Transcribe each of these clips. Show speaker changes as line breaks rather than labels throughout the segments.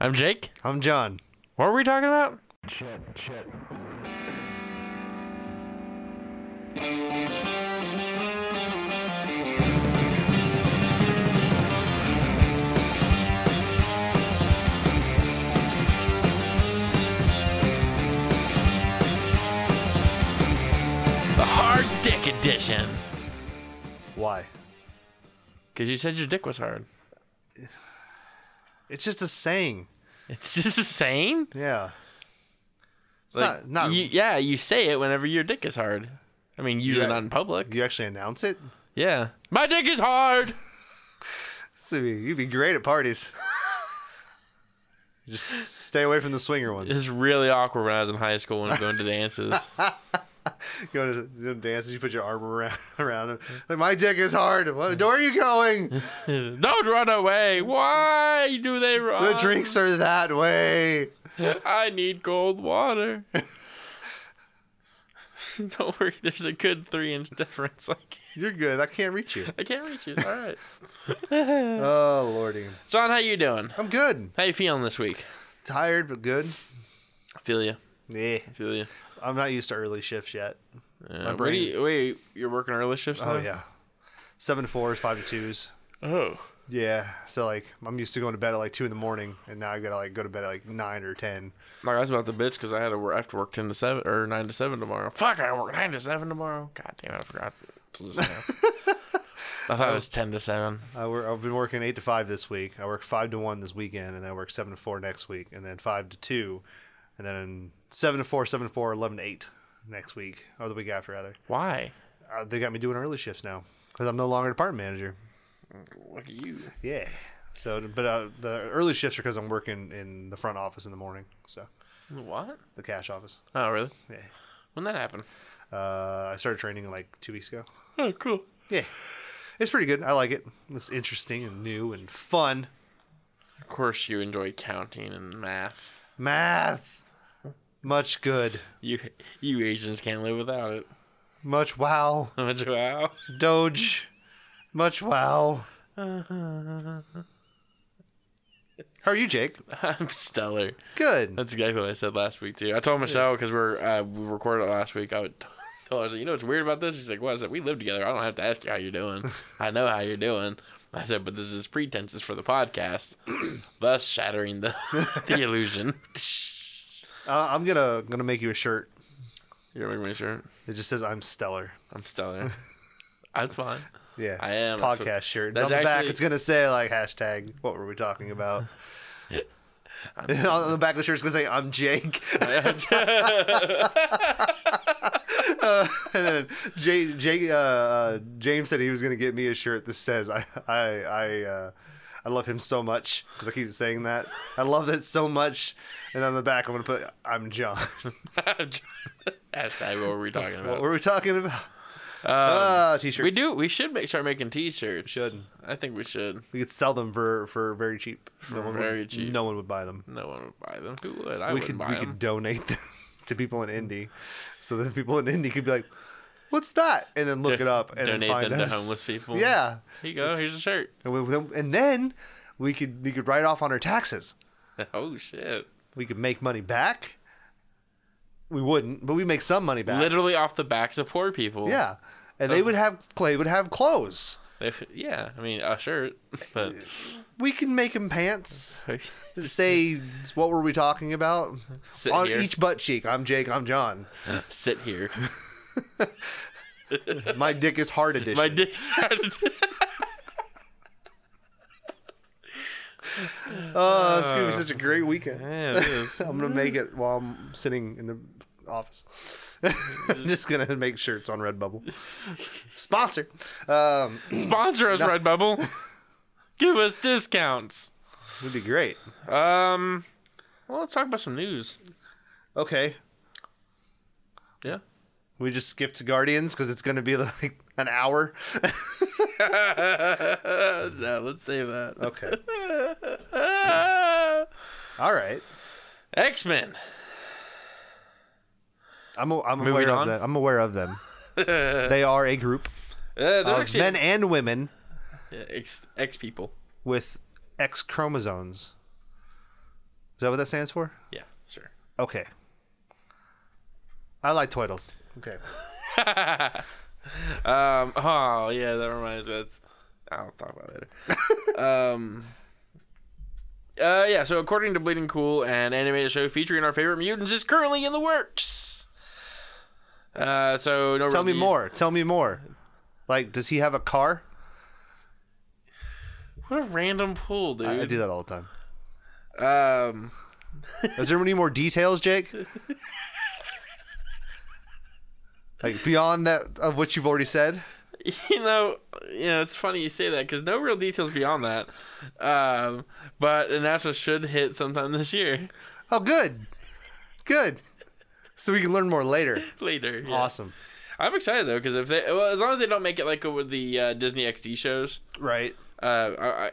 I'm Jake.
I'm John.
What were we talking about?
Shit, shit.
The hard dick edition.
Why?
Because you said your dick was hard.
It's just a saying.
It's just a saying.
Yeah. It's
Like,
not. not
you-
you,
yeah, you say it whenever your dick is hard. I mean, you
Yeah.
not in public.
actually announce it?
Yeah. My dick is hard.
This would be- You'd be great at parties. just stay away from the swinger ones.
It's really awkward when I was in high school when I was going to dances.
Go to the dances, you put your arm around, around him. Like, my dick is hard. What, where are you going?
Don't run away. Why do they run?
The drinks are that way.
I need cold water. Don't worry, there's a good three inch difference. Like
You're good. I can't reach you.
I can't reach you. It's all right.
Oh, Lordy.
John, how you doing?
I'm good.
How you feeling this week?
Tired, but good.
I feel you.
Yeah.
I feel you.
I'm not used to early shifts yet.
Uh, what
brain-
do you- wait, you're working early shifts now?
Oh, yeah. Seven to fours, five to twos.
Oh.
Yeah. So like I'm used to going to bed at like two in the morning, and now I gotta like go to bed at like nine or ten.
Like, I was about to bitch because I had to work. I have to work ten to seven or nine to seven tomorrow. Fuck, I work nine to seven tomorrow. God damn it, I forgot. till just now. I thought it was ten to seven.
I wor- I've been working eight to five this week. I work five to one this weekend, and then I work seven to four next week, and then five to two, and then seven to four, seven to four, eleven to eight next week or the week after rather.
Why?
Uh, they got me doing early shifts now because I'm no longer department manager.
Look at you.
Yeah. So, but uh, the early shifts are because I'm working in the front office in the morning. So
What?
the cash office.
Oh, really?
Yeah.
When that happen?
Uh, I started training like two weeks ago.
Oh, cool.
Yeah. It's pretty good. I like it. It's interesting and new and fun.
Of course, you enjoy counting and math.
Math. Much good.
You you Asians can't live without it.
Much wow.
Which, wow.
Doge. Much wow. How are you, Jake?
I'm stellar.
Good. Uh,
That's exactly what I said last week too. I told Michelle because we're uh, we recorded it last week. I would told her, I said, you know what's weird about this? She's like, what? I said, we live together. I don't have to ask you how you're doing. I know how you're doing. I said, but this is pretenses for the podcast, thus shattering the the illusion.
Uh, I'm gonna gonna make you a shirt.
you're gonna make me sure
It just says I'm stellar.
I'm stellar. That's fine.
Yeah,
I am. That's
podcast
what-
shirt. It's
that's
on the back,
actually-
it's gonna say like hashtag. What were we talking about? on the back of the shirt, it's gonna say I'm Jake. and then Jay, Jay, uh, uh, James said he was gonna get me a shirt that says I I I uh, I love him so much because I keep saying that I love that so much, and on the back I'm gonna put I'm John.
Hashtag what were we talking
what
about?
were we talking about? Ah, t-shirts.
Uh, um, we do. We should make start making T-shirts.
Should.
I think we should.
We could sell them for for very cheap. no one
very
would,
cheap.
No one would buy them.
No one would buy them. Who would? I
we
would
could
buy
we
them.
could donate them to people in Indy, so that people in Indy could be like, "What's that?" and then look it up and then
donate
find
them to
us.
homeless people.
Yeah,
Here you go. Here's a shirt.
and, we, then- and then we could we could write off on our taxes.
Oh shit!
We could make money back. We wouldn't, but we make some money back.
Literally Uh-huh. off the backs of poor people.
Yeah, and they would have Clay would have clothes.
If, yeah. I mean, a shirt. But
We can make him pants.
sit
Say what were we talking about? on
here.
each butt cheek. I'm Jake. I'm John.
sit here.
My dick is hard edition.
My dick.
oh, it's gonna be such a great weekend.
Man, it is.
I'm gonna make it while I'm sitting in the office. I'm just gonna make shirts on Redbubble. Sponsor. Um,
Sponsor us, Redbubble. Give us discounts.
would be great.
Um. Well, let's talk about some news.
Okay,
Yeah.
we just skipped Guardians because it's gonna be like an hour.
Uh, No, let's save that.
Okay. All right.
X Men.
I'm a, I'm
Moving
aware
on.
of them. I'm aware of them. they are a group
Uh, they're
of
actually
men and women
Yeah, X X people.
with X chromosomes. Is that what that stands for?
Yeah, sure.
Okay. I like twiddles. Okay.
Um, oh yeah, that reminds me. That's, I'll talk about it later. um, uh, yeah. So according to Bleeding Cool, an animated show featuring our favorite mutants is currently in the works. Uh, so no.
Tell me
review-
more. Tell me more. Like, does he have a car?
What a random pull, dude.
I, I do that all the time.
Um,
Is there any more details, Jake? like beyond that of what you've already said?
you know, you know, it's funny you say that because no real details beyond that. Um, but an announcement should hit sometime this year.
Oh, good, good. So we can learn more later.
Later. yeah.
Awesome.
I'm excited though because if they, well, as long as they don't make it like with the uh, Disney XD shows.
Right.
uh, I, I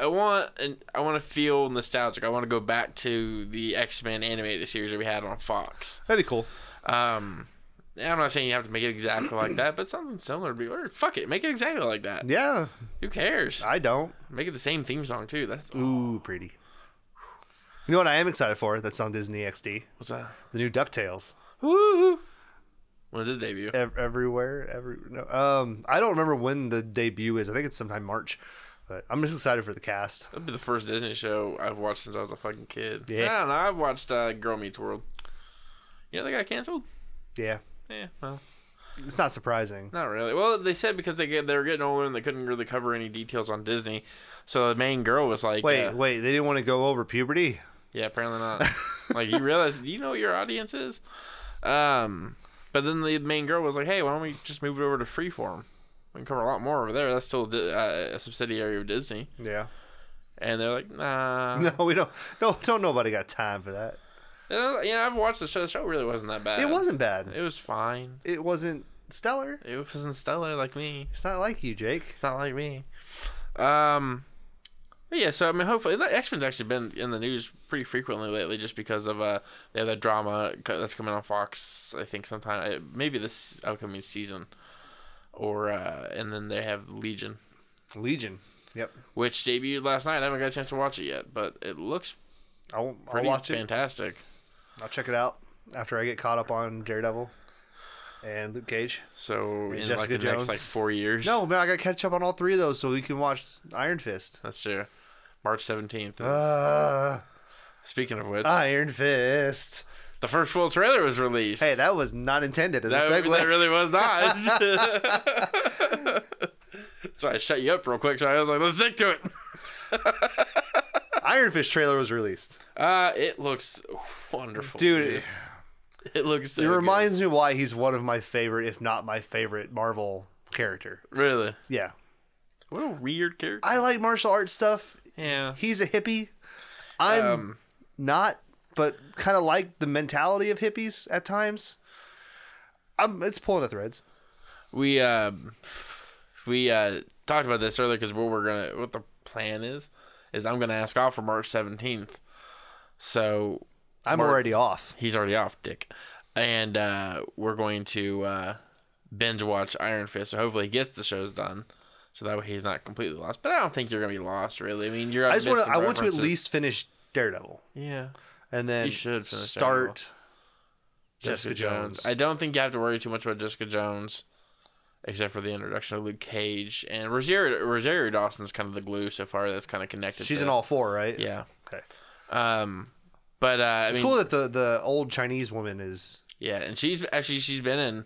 I want and I want to feel nostalgic. I want to go back to the X Men animated series that we had on Fox.
That'd be cool.
Um, I'm not saying you have to make it exactly like that, but something similar would be. Or fuck it, make it exactly like that.
Yeah,
Who cares?
I don't.
Make it the same theme song too. That's
Ooh, pretty. You know what I am excited for? That's on Disney XD.
what's that?
The new Ducktales.
Woo! When did it debut?
Ev- everywhere, every. No, um, I don't remember when the debut is. I think it's sometime March, but I'm just excited for the cast.
That'd be the first Disney show I've watched since I was a fucking kid.
Yeah.
I don't know. I've watched uh, Girl Meets World. You know they got canceled?
Yeah,
Yeah. Well.
it's not surprising.
Not really. Well, they said because they get they were getting older and they couldn't really cover any details on Disney, so the main girl was like,
Wait,
uh,
wait, they didn't want to go over puberty?
yeah, apparently not." like you realize, you know, what your audience is. Um, but then the main girl was like, "Hey, why don't we just move it over to Freeform? We can cover a lot more over there. That's still di- uh, a subsidiary of Disney."
Yeah.
And they're like, "Nah."
No, we don't. No, don't nobody got time for that.
Yeah, you know, I've watched the show. The show really wasn't that bad.
It wasn't bad.
It was fine.
It wasn't stellar.
It wasn't stellar like me.
It's not like you, Jake.
It's not like me. Um, but yeah, so I mean, hopefully, X Men's actually been in the news pretty frequently lately, just because of uh, they have that drama co- that's coming on Fox. I think sometime, uh, maybe this upcoming season, or uh, and then they have Legion,
Legion. Yep.
which debuted last night. I haven't got a chance to watch it yet, but it looks
I'll, I'll
pretty
watch it.
fantastic.
I'll check it out after I get caught up on Daredevil and Luke Cage.
So in
Jessica
like the next like
Jones.
four years,
No, man, I gotta catch up on all three of those so we can watch Iron Fist.
that's true. March seventeenth.
Uh,
Speaking of which,
Ah, Iron Fist.
the first full trailer was released.
Hey, that was not intended as a
That,
segue.
that really was not. That's why I shut you up real quick. So I was like, let's stick to it.
Iron Fist trailer was released.
Uh, it looks wonderful,
Dude,
It looks. So
it
good.
reminds me why he's one of my favorite, if not my favorite, Marvel character.
really.
Yeah.
What a weird character.
I like martial arts stuff.
Yeah.
He's a hippie. I'm
Um,
not, but kind of like the mentality of hippies at times. I'm, it's pulling at threads.
we um, we uh talked about this earlier because what we're gonna what the plan is is I'm gonna ask off for March 17th. So
I'm
Mar-
already off.
he's already off, Dick, and uh, we're going to uh, binge watch Iron Fist. So hopefully he gets the shows done, so that way he's not completely lost. But I don't think you're gonna be lost, really. I mean, you're.
I just want to.
missing
I want to at
references.
least finish Daredevil,
Yeah.
and then
You should finish
start Jessica, Jones.
I don't think you have to worry too much about Jessica Jones, except for the introduction of Luke Cage and Rosario. Rosario Dawson's kind of the glue so far that's kind of connected.
She's
to-
in all four, right?
Yeah.
Okay.
Um. But uh, I
It's
mean,
cool that the the old Chinese woman is
yeah, and she's actually she's been in.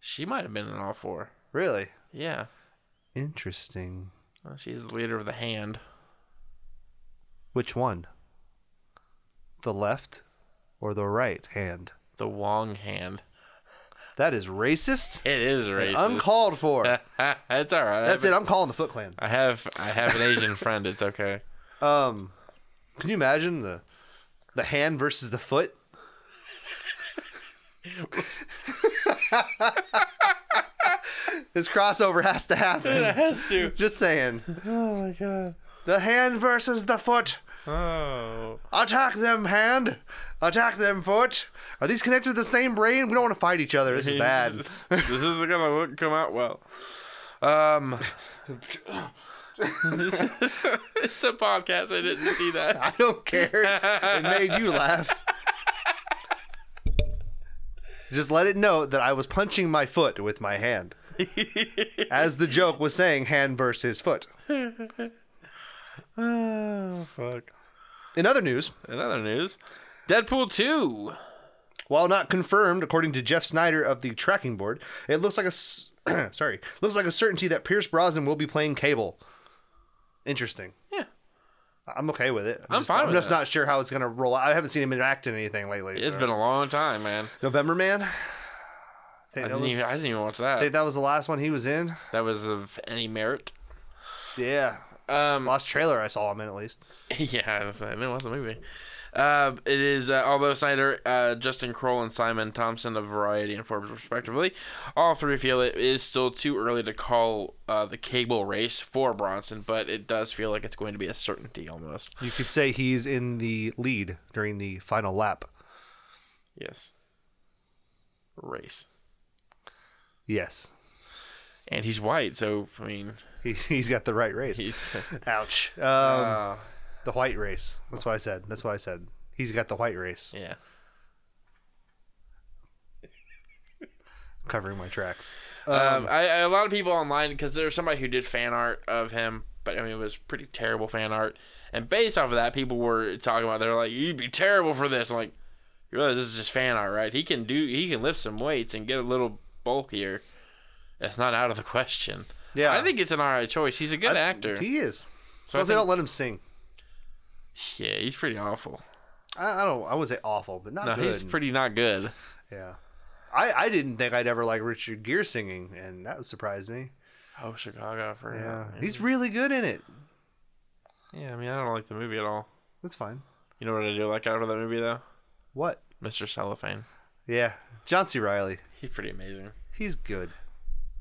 She might have been in all four.
really
Yeah.
interesting.
Well, Oh, she's the leader of the hand.
Which one? The left or the right hand?
The Wong hand.
That is racist.
It is
and
racist.
Uncalled for.
it's all right.
That's
I
it.
have,
I'm calling the Foot Clan.
I have I have an Asian friend. It's okay.
Um, can you imagine the the hand versus the foot? this crossover has to happen.
has to.
Just saying,
Oh my god.
the hand versus the foot.
Oh.
Attack them, hand. Attack them, foot. Are these connected to the same brain? We don't want to fight each other. This is bad.
this isn't gonna look, come out well. Um. it's a podcast. I didn't see that.
I don't care. It made you laugh. Just let it know that I was punching my foot with my hand. As the joke was saying, hand versus foot.
Oh fuck.
In other news,
In other news, Deadpool two.
while not confirmed, according to Jeff Snyder of the tracking board, it looks like a s- sorry, looks like a certainty that Pierce Brosnan will be playing Cable. Interesting.
Yeah.
I'm okay with it.
I'm
just,
fine
I'm
with
just
that.
not sure how it's gonna roll. out. I haven't seen him act in anything lately.
It's
so.
been a long time, man.
November Man. I think
I
that
didn't,
was,
even, I
I
didn't even watch that.
think that was the last one he was in.
that was of any merit.
Yeah,
Um,
last trailer I saw him in at least.
yeah, that's, I didn't watch the movie. Um, it is uh, although Snyder, uh, Justin Kroll, and Simon Thompson of Variety and Forbes respectively, all three feel it is still too early to call uh, the cable race for Bronson, but it does feel like it's going to be a certainty almost.
You could say he's in the lead during the final lap.
Yes. Race,
Yes,
and he's white, so I mean,
he, he's got the right race.
he's
Ouch. Um,
uh,
the white race. That's what I said. That's what I said. He's got the white race.
yeah.
Covering my tracks.
Um, I, I, a lot of people online because there was somebody who did fan art of him, but I mean it was pretty terrible fan art. And based off of that, people were talking about they're like, "You'd be terrible for this." I'm like, you realize this is just fan art, right? He can do, he can lift some weights and get a little bulkier. That's not out of the question.
Yeah.
I think it's an alright choice. He's a good
I-
actor.
He is.
so I
Plus, they don't
think,
let him sing.
yeah, he's pretty awful.
I, I don't. I wouldn't say awful, but not
No,
good.
he's pretty not good.
yeah. I, I didn't think I'd ever like Richard Gere singing, and that surprised me.
Oh, Chicago for
Yeah,
yeah.
he's really good in it.
yeah. I mean, I don't like the movie at all.
That's fine.
You know what I do like out of that movie though?
What?
Mr. Cellophane.
Yeah, John C. Riley.
He's pretty amazing.
He's good.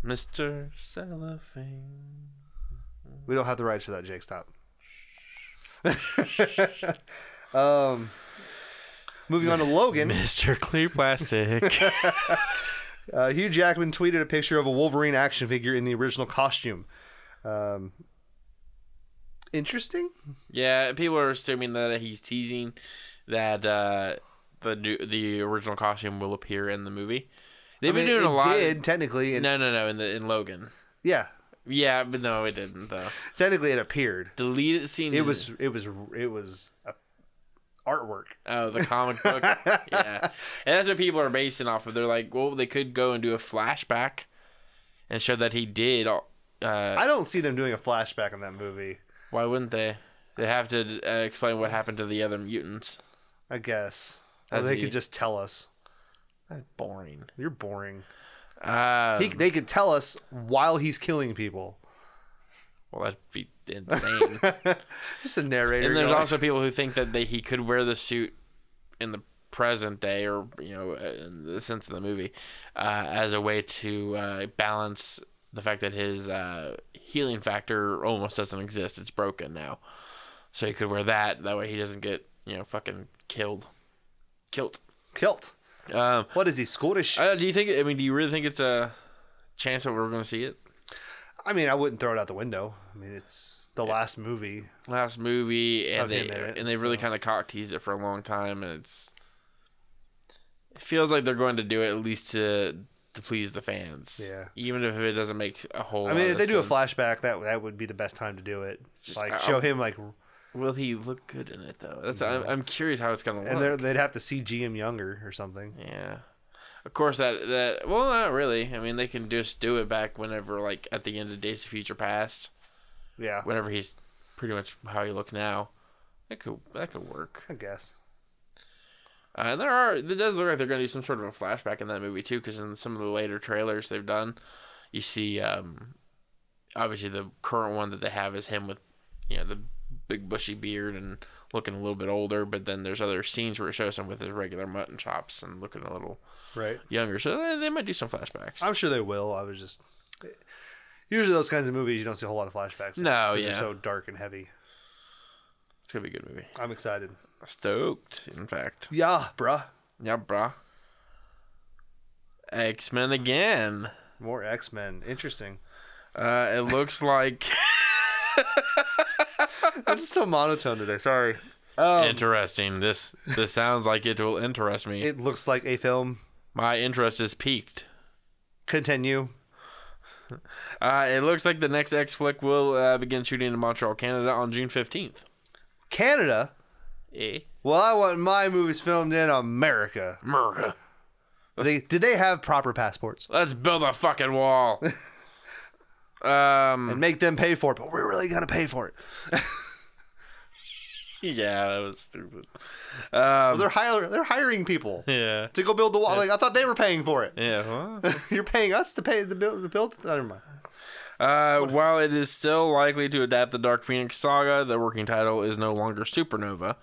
Mr. Cellophane.
We don't have the rights for that, Jake. Stop. um, moving on to Logan.
Mr. Clear Plastic.
Uh, Hugh Jackman tweeted a picture of a Wolverine action figure in the original costume. Um, interesting.
yeah, people are assuming that he's teasing that uh, the new, the original costume will appear in the movie. They've
I mean,
been doing
it
a lot.
Did technically? It,
No, no, no. In the in Logan.
Yeah,
Yeah, but no, it didn't though.
technically it appeared.
Deleted scenes.
It was. It was. It was uh artwork.
Oh, the comic book. yeah. And that's what people are basing off of. They're like, well, they could go and do a flashback and show that he did. all- Uh,
I don't see them doing a flashback in that movie.
why wouldn't they? They have to uh, explain what happened to the other mutants.
I guess. Or
That's
they
e-
could just tell us.
That's boring.
You're boring.
Um,
He, they could tell us while he's killing people.
well, that'd be insane.
Just a narrator.
and there's
going,
also people who think that they, he could wear the suit in the present day, or you know, in the sense of the movie, uh, as a way to uh, balance the fact that his uh, healing factor almost doesn't exist. It's broken now, so he could wear that. That way, he doesn't get you know fucking killed, killed.
kilt.
Um,
What is he Scottish? I,
uh, do you think? I mean, do you really think it's a chance that we're going to see it?
mean, I wouldn't throw it out the window. I mean, it's the last movie.
last movie and
Of him
they
in it,
and they really
so.
kind of cock teased it for a long time and it's it feels like they're going to do it at least to to please the fans
Yeah.
even if it doesn't make a whole
I mean,
lot
if
of
they do a
sense.
flashback, that that would be the best time to do it.
Just-
like
I-
show him like,
will he look good in it though that's I'm, I'm curious how it's gonna
and they're-
look
they'd have to CG him younger or something.
yeah of course that that well not really I mean they can just do it back whenever like at the end of Days of Future Past
Yeah,
whenever he's pretty much how he looks now that could that could work
I guess.
Uh, and there are it does look like they're going to do some sort of a flashback in that movie too, because in some of the later trailers they've done, you see um, obviously the current one that they have is him with you know the big bushy beard and looking a little bit older, but then there's other scenes where it shows him with his regular mutton chops and looking a little
Right.
younger. So they, they might do some flashbacks.
I'm sure they will. I was just usually those kinds of movies you don't see a whole lot of flashbacks. in,
No,
'cause
yeah.
They're so dark and heavy.
It's gonna be a good movie.
I'm excited.
Stoked, in fact.
Yeah, bruh.
Yeah, brah. X Men again.
More X Men. Interesting.
Uh, it looks like
I'm just so monotone today. Sorry.
Oh.
Um,
Interesting. This this sounds like it will interest me.
it looks like a film.
My interest is piqued.
Continue.
Uh, it looks like the next X flick will uh, begin shooting in Montreal, Canada, on June fifteenth.
Canada.
Eh,
Well, I want my movies filmed in America.
America.
They, did they have proper passports
Let's build a fucking wall. um.
and make them pay for it? But we're really gonna pay for it.
Yeah, that was stupid.
Um,
They're hiring. They're hiring people
Yeah.
to go build the wall. Like I thought they were paying for it.
Yeah. huh?
You're paying us to pay the build. The build. Never mind.
Uh, while it is still likely to adapt the Dark Phoenix saga, the working title is no longer Supernova.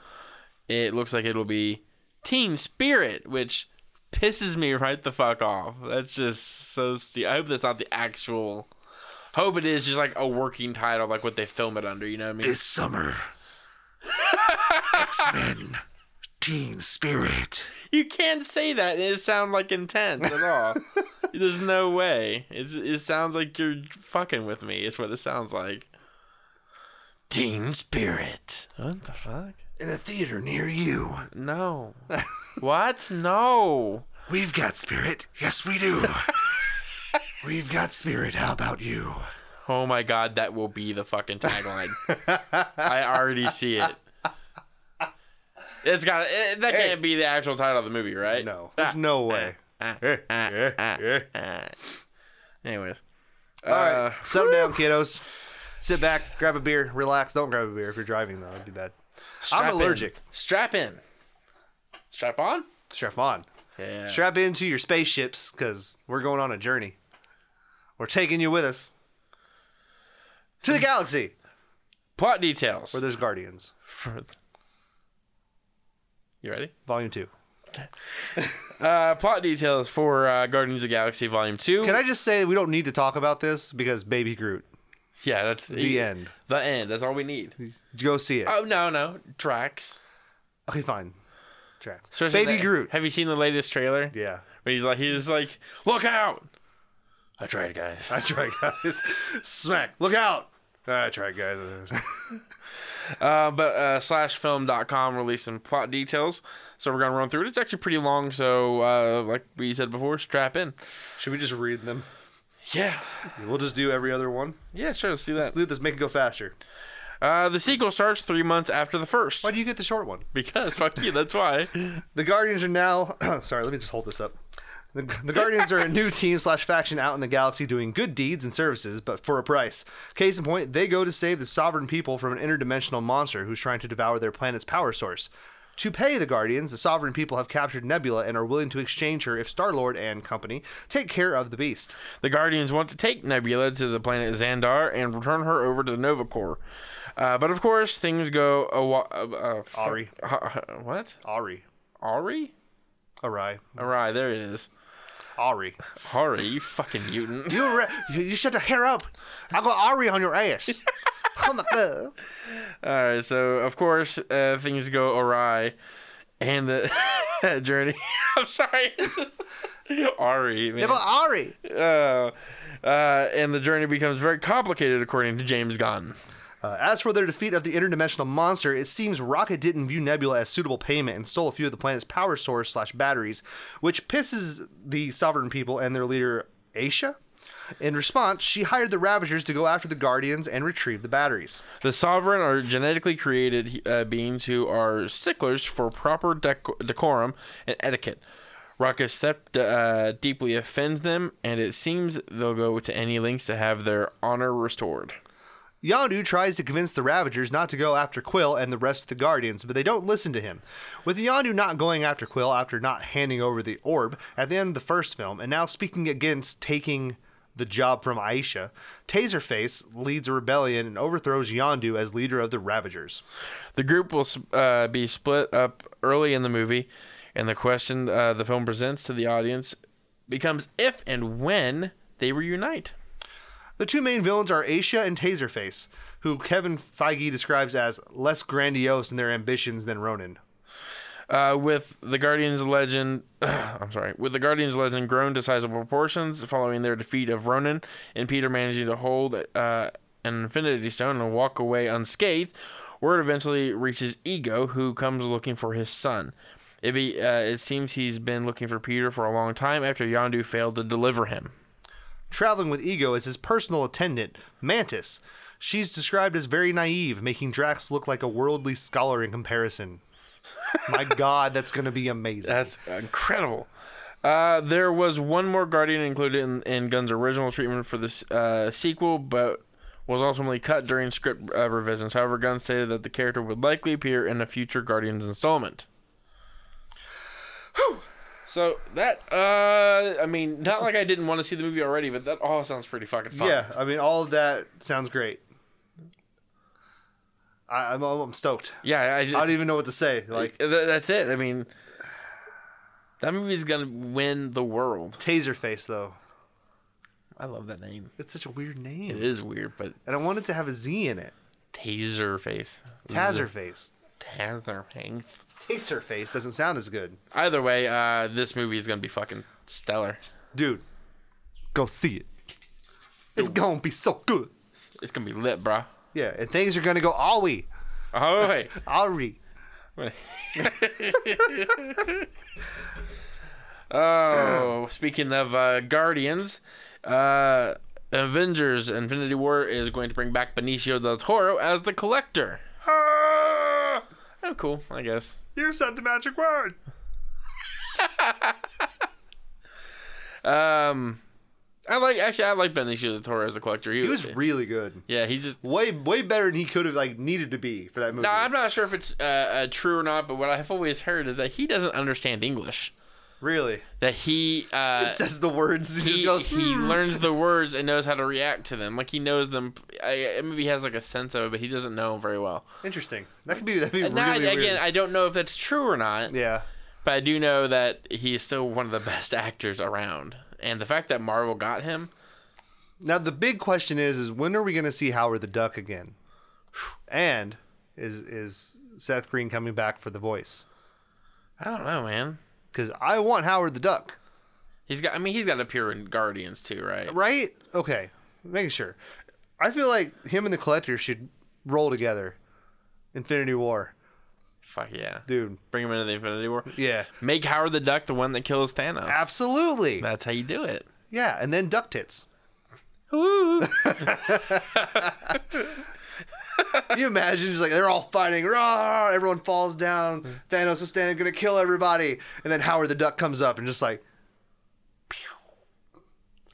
It looks like it'll be Teen Spirit, which pisses me right the fuck off. That's just so stu- I hope that's not the actual. Hope it is just like a working title, like what they film it under. You know what I mean?
summer,
Teen Spirit.
you can't say that and it sound like intense at all. There's no way. It's, it sounds like you're fucking with me. Is what it sounds like. Teen Spirit. What the fuck?
In a theater near you.
No. what? No.
We've got spirit. Yes, we do. We've got spirit. How about you?
Oh my god, that will be the fucking tagline. I already see it. It's got it, that can't be the actual title of the movie, right?
No, there's no way.
Ah, ah, ah, ah. Anyways. Uh,
All right, Uh, settle down, kiddos. Sit back, grab a beer, relax. Don't grab a beer if you're driving though; that'd be bad.
strap in.
allergic.
Strap in. Strap on?
Strap on.
Yeah.
Strap into your spaceships because we're going on a journey. We're taking you with us to the galaxy
Plot details.
where there's guardians.
You ready?
Volume two.
Uh, plot details for uh, Guardians of the Galaxy Volume 2.
Can I just say we don't need to talk about this because Baby Groot.
Yeah, that's
The end.
The end. That's all we need.
Go see it.
Oh no, no, Drax.
Okay, fine. Tracks.
Especially
Baby
the-
Groot.
Have you seen the latest trailer?
Yeah,
Where he's like, he's like, look out! I tried, guys.
I try, guys. Smack. Look out. I try, guys.
Uh, but uh, slashfilm.com released some plot details, so we're gonna run through it. It's actually pretty long, so uh, like we said before, strap in.
Should we just read them?
Yeah,
We'll just do every other one.
yeah, sure. Let's do that.
Let's do this. Make it go faster.
Uh, the sequel starts three months after the first.
Why do you get the short one?
Because fuck you, that's why.
The Guardians are now. sorry, let me just hold this up. The, the Guardians are a new team slash faction out in the galaxy doing good deeds and services, but for a price. Case in point, they go to save the sovereign people from an interdimensional monster who's trying to devour their planet's power source. To pay the Guardians, the sovereign people have captured Nebula and are willing to exchange her if Star Lord and company take care of the beast.
The Guardians want to take Nebula to the planet Xandar and return her over to the Nova Corps. Uh, but of course, things go. Awa- uh, uh, fu-
Ari.
Uh, what?
Ari.
Ari?
Ari.
Alright, there it is.
Ari.
Ari, you fucking mutant.
You, re- you shut the hair up. I got Ari on your ass. oh my god.
Alright, so of course, uh, things go awry. And the that journey. I'm sorry. Ari, man.
I got Ari.
Uh, uh, and the journey becomes very complicated according to James Gunn.
Uh, as for their defeat of the interdimensional monster, it seems Rocket didn't view Nebula as suitable payment and stole a few of the planet's power source slash batteries, which pisses the sovereign people and their leader Aisha. In response, she hired the Ravagers to go after the Guardians and retrieve the batteries.
The Sovereign are genetically created uh, beings who are sticklers for proper dec- decorum and etiquette. Rockacep uh, deeply offends them, and it seems they'll go to any lengths to have their honor restored.
Yondu tries to convince the Ravagers not to go after Quill and the rest of the Guardians, but they don't listen to him. With Yondu not going after Quill after not handing over the orb at the end of the first film, and now speaking against taking the job from Aisha, Taserface leads a rebellion and overthrows Yondu as leader of the Ravagers.
The group will uh, be split up early in the movie, and the question uh, the film presents to the audience becomes if and when they reunite.
The two main villains are Aisha and Taserface, who Kevin Feige describes as less grandiose in their ambitions than Ronan.
uh, with the Guardians legend. I'm sorry, with the Guardians legend grown to sizable proportions following their defeat of Ronan, and Peter managing to hold uh, an Infinity Stone and walk away unscathed, word eventually reaches Ego, who comes looking for his son. It be uh, it seems he's been looking for Peter for a long time after Yondu failed to deliver him.
Traveling with Ego is his personal attendant, Mantis. She's described as very naive, making Drax look like a worldly scholar in comparison. My God, that's going to be amazing.
That's incredible. Uh, there was one more Guardian included in, in Gunn's original treatment for this uh, sequel, but was ultimately cut during script uh, revisions. However, Gunn stated that the character would likely appear in a future Guardians installment. So that, uh, I mean, not like I didn't want to see the movie already, but that all sounds pretty fucking fun.
yeah, I mean, all of that sounds great. I, I'm, I'm stoked.
yeah. I, just,
I don't even know what to say. Like,
th- that's it. I mean, that movie's gonna win the world.
Taserface, though.
I love that name.
It's such a weird
It
name.
is weird, but
And I wanted to have a Z in it.
taser face.
Mm-hmm. Taserface.
Taser face.
Taserface doesn't sound as good.
Either way, uh, this movie is gonna be fucking stellar.
Dude, go see it. It's going to be so good.
It's gonna be lit, bro.
Yeah, and things are going to go owie.
Oh wait.
Owie.
oh, speaking of uh, Guardians, uh, Avengers: Infinity War is going to bring back Benicio del Toro as the Collector. Oh, cool. I guess.
You said the magic word.
Um, I like actually I like Benicio del Toro as a collector. He,
He was really good.
yeah. He just
Way way better than he could have like needed to be for that movie.
no. I'm not sure if it's uh, uh, true or not, but what I've always heard is that he doesn't understand English.
really.
That he uh,
Just says the words and just
he,
goes
he
"Hmm."
learns the words and knows how to react to them. Like he knows them. I, I- maybe he has like a sense of it, but he doesn't know them very well.
Interesting. That could be that could be
And now,
really
again,
weird.
I don't know if that's true or not,
yeah.
but I do know that he is still one of the best actors around. And the fact that Marvel got him,
Now the big question is is when are we going to see Howard the Duck again? And is is Seth Green coming back for the voice?
I don't know, man.
Cuz I want Howard the Duck,
He's got. I mean, he's got to appear in Guardians too, right?
right? Okay. Making sure. I feel like him and the Collector should roll together. Infinity War.
Fuck yeah.
Dude.
Bring him into the Infinity War.
Yeah.
Make Howard the Duck the one that kills Thanos.
Absolutely.
That's how you do it.
Yeah, and then duck tits.
Woo.
Can you imagine just like they're all fighting, rah, everyone falls down, Thanos is standing, gonna kill everybody, and then Howard the Duck comes up and just like pew.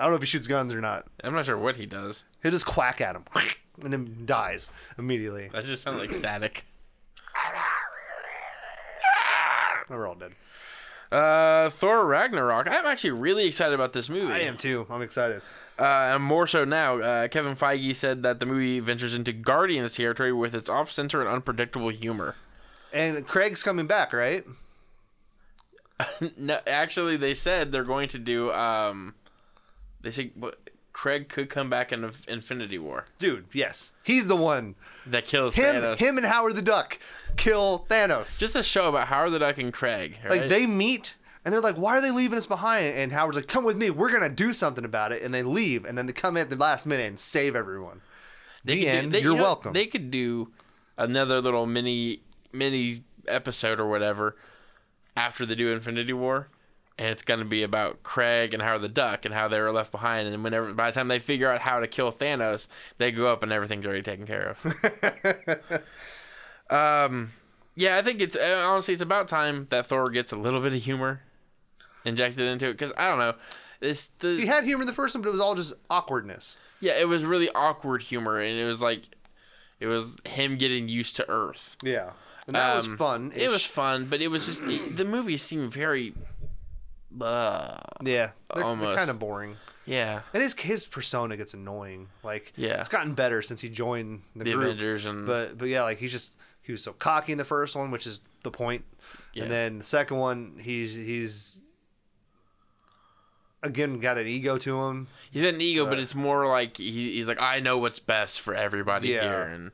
I don't know if he shoots guns or not.
I'm not sure what he does.
He'll just quack at him and then dies immediately.
That just sounds like static.
We're all dead.
Uh, Thor Ragnarok. I'm actually really excited about this movie.
I am too. I'm excited.
Uh, and more so now. Uh, Kevin Feige said that the movie ventures into Guardians territory with its off-center and unpredictable humor.
And Craig's coming back, right?
no, actually, they said they're going to do. Um, they said what, Craig could come back in Inf- Infinity War
Dude, yes. He's the one.
that kills
Him
Thanos.
him and Howard the Duck kill Thanos.
Just a show about Howard the Duck and Craig. Right?
Like they meet and they're like, "Why are they leaving us behind?" And Howard's like, "Come with me. We're gonna do something about it." And they leave, and then they come in at the last minute and save everyone.
They
the
could do-
end.
they- you
You're
know,
welcome.
They could do another little mini mini episode or whatever after they do Infinity War, and it's gonna be about Craig and Howard the Duck and how they were left behind. And whenever by the time they figure out how to kill Thanos, they go up and everything's already taken care of. um, yeah, I think it's uh, honestly it's about time that Thor gets a little bit of humor injected into it because I don't know. It's the
He had humor in the first one, but it was all just awkwardness.
yeah, it was really awkward humor, and it was like, it was him getting used to Earth.
Yeah, and
Um,
that was fun.
It was fun, but it was just the, the movie seemed very, uh,
yeah, they're,
almost.
kind of boring.
yeah,
And his his persona gets annoying. Like,
Yeah.
it's gotten better since he joined the,
the
group.
Avengers and
But but yeah, like he's just he was so cocky in the first one, which is the point.
Yeah.
And then the second one, he's he's again got an ego to him.
he's got an ego,
Uh,
but it's more like he, he's like, I know what's best for everybody
Yeah.
here, and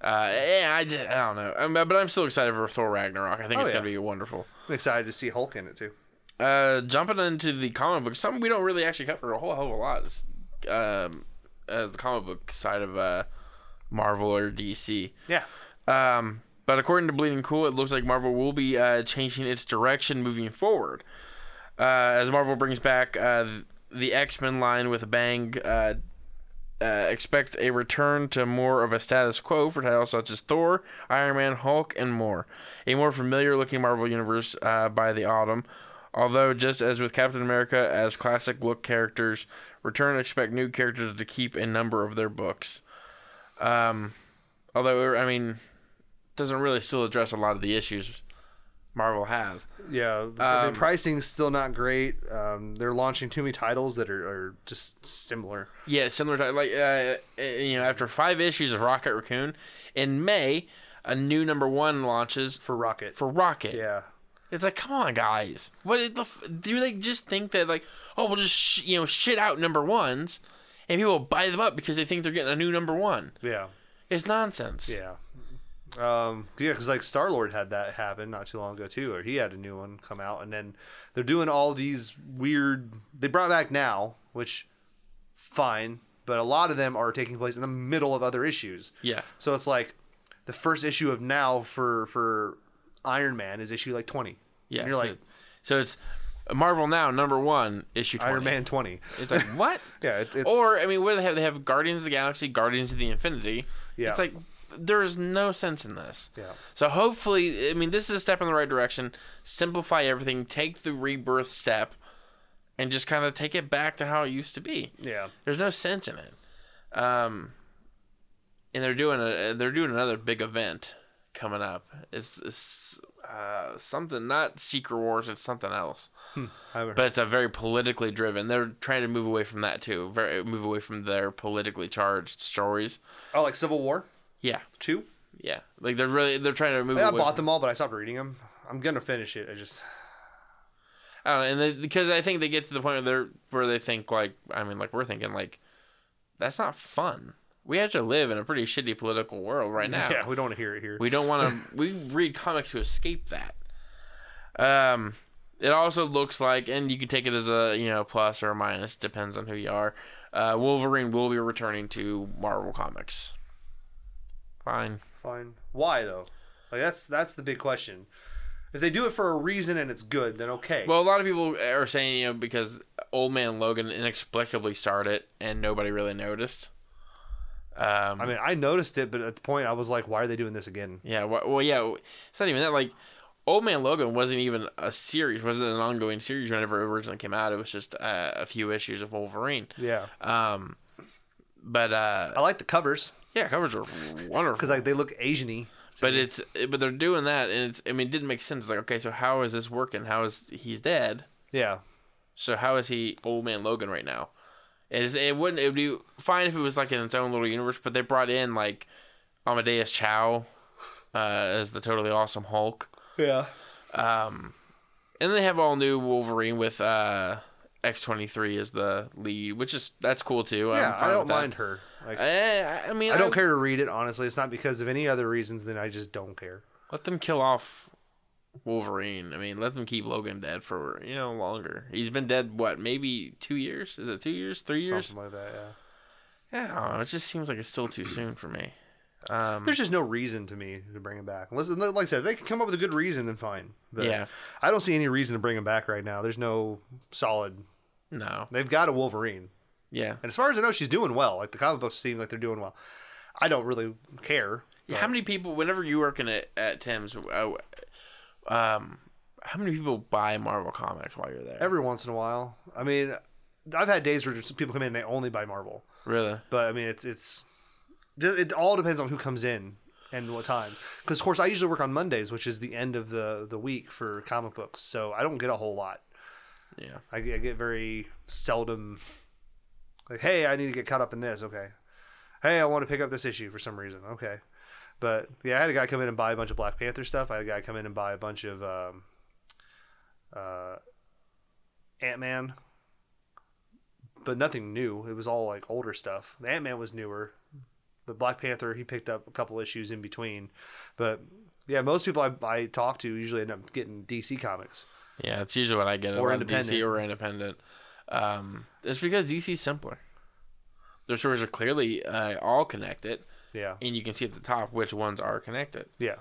uh, yeah, I just, I don't know, I'm, but I'm still excited for Thor Ragnarok. I think
Oh,
it's
yeah.
gonna be wonderful.
I'm excited to see Hulk in it too.
Uh, jumping into the comic book, something we don't really actually cover a whole hell of a lot is um, as the comic book side of uh, Marvel or DC.
Yeah.
Um, but according to Bleeding Cool, it looks like Marvel will be uh, changing its direction moving forward. Uh, as Marvel brings back uh, th- the X Men line with a bang, uh, uh, expect a return to more of a status quo for titles such as Thor, Iron Man, Hulk, and more. A more familiar looking Marvel universe uh, by the autumn. Although, just as with Captain America, as classic look characters, return expect new characters to keep a number of their books. Um, although, I mean, doesn't really still address a lot of the issues Marvel has.
Yeah, I
Um,
mean, pricing's still not great. Um, they're launching too many titles that are, are just similar.
Yeah, similar to like uh, uh, you know after five issues of Rocket Raccoon in May, a new number one launches for,
for Rocket.
for Rocket.
yeah,
It's like come on guys, what is the f- do they just think that like oh we'll just sh- you know shit out number ones, and people will buy them up because they think they're getting a new number one.
yeah,
It's nonsense.
yeah. Um, yeah, because like Star Lord had that happen not too long ago too, or he had a new one come out, and then they're doing all these weird. They brought back now, which fine, but a lot of them are taking place in the middle of other issues.
Yeah.
So it's like the first issue of now for for Iron Man is issue like twenty.
Yeah.
and you're like
so it's Marvel now number one issue. 20.
Iron Man twenty.
It's like what?
Yeah, it, it's
Or I mean, what do they have? They have Guardians of the Galaxy, Guardians of the Infinity.
Yeah.
It's like there is no sense in this.
Yeah.
So hopefully, I mean, this is a step in the right direction. Simplify everything. Take the rebirth step, and just kind of take it back to how it used to be.
yeah.
There's no sense in it. Um. And they're doing a they're doing another big event coming up. It's, it's uh, something not Secret Wars. It's something else
I haven't
but it's a very politically driven. They're trying to move away from that too. Very move away from their politically charged stories.
Oh, like Civil War
Yeah,
two.
yeah. Like they're really they're trying to move.
I
away
bought
from,
them all, but I stopped reading them. I'm gonna finish it. I just
I don't know, and they, because I think they get to the point where they where they think like I mean like we're thinking like that's not fun. We have to live in a pretty shitty political world right now.
yeah, we don't want to hear it here.
We don't want to. we read comics to escape that. Um, it also looks like, and you can take it as a you know plus or a minus, depends on who you are. Uh, Wolverine will be returning to Marvel Comics. Fine.
Fine. Why though? Like that's that's the big question. If they do it for a reason and it's good, then okay.
Well, a lot of people are saying you know because Old Man Logan inexplicably starred it and nobody really noticed. Um,
I mean, I noticed it, but at the point, I was like, "Why are they doing this again?"
Yeah, well, well, yeah, it's not even that. Like, Old Man Logan wasn't even a series, wasn't an ongoing series whenever it originally came out. It was just uh, a few issues of Wolverine.
Yeah,
Um, but uh,
I like the covers
yeah, covers are wonderful.
because like they look Asiany.
But it's but they're doing that, and it's I mean, it didn't make sense. It's like, okay, so how is this working? How is he's dead?
Yeah,
So how is he Old Man Logan right now? It, is, it wouldn't it would be fine if it was like in its own little universe, but they brought in like Amadeus Chow uh, as the totally awesome Hulk.
yeah,
Um, and they have all new Wolverine with uh X twenty three as the lead, which is that's cool too. I'm
yeah.
fine
I don't
with that. Eh,
mind her. Like, I,
I, I mean, I
don't care to read it. Honestly, it's not because of any other reasons. Then I just don't care.
Let them kill off Wolverine. I mean, let them keep Logan dead for you know longer. He's been dead what maybe two years? Is it two years? Three years?
Something like that. Yeah.
Yeah, I don't know. It just seems like it's still too soon for me. Um,
There's just no reason to me to bring him back. Unless, like I said, if they can come up with a good reason, then fine. But
Yeah.
I don't see any reason to bring him back right now. There's no solid.
No.
They've got a Wolverine,
Yeah.
and as far as I know, she's doing well. Like the comic books seem like they're doing well. I don't really care.
Yeah, how many people? Whenever you working at at Tim's, uh, um, how many people buy Marvel comics while you're there?
Every once in a while, I mean, I've had days where just people come in and they only buy Marvel.
really?
But I mean, it's it's it all depends on who comes in and what time. Because of course, I usually work on Mondays, which is the end of the the week for comic books, so I don't get a whole lot.
Yeah.
I get, I get very seldom like, hey, I need to get caught up in this. Okay. Hey, I want to pick up this issue for some reason. Okay. But yeah, I had a guy come in and buy a bunch of Black Panther stuff. I had a guy come in and buy a bunch of um, uh, Ant Man, but nothing new. It was all like older stuff. The Ant Man was newer. The Black Panther, he picked up a couple issues in between. But yeah, most people I, I talk to usually end up getting DC comics.
Yeah, it's usually what I get.
Or
Or
independent.
DC or independent. Um, it's because DC's simpler. their stories are clearly uh, all connected,
Yeah.
and you can see at the top which ones are connected
Yeah.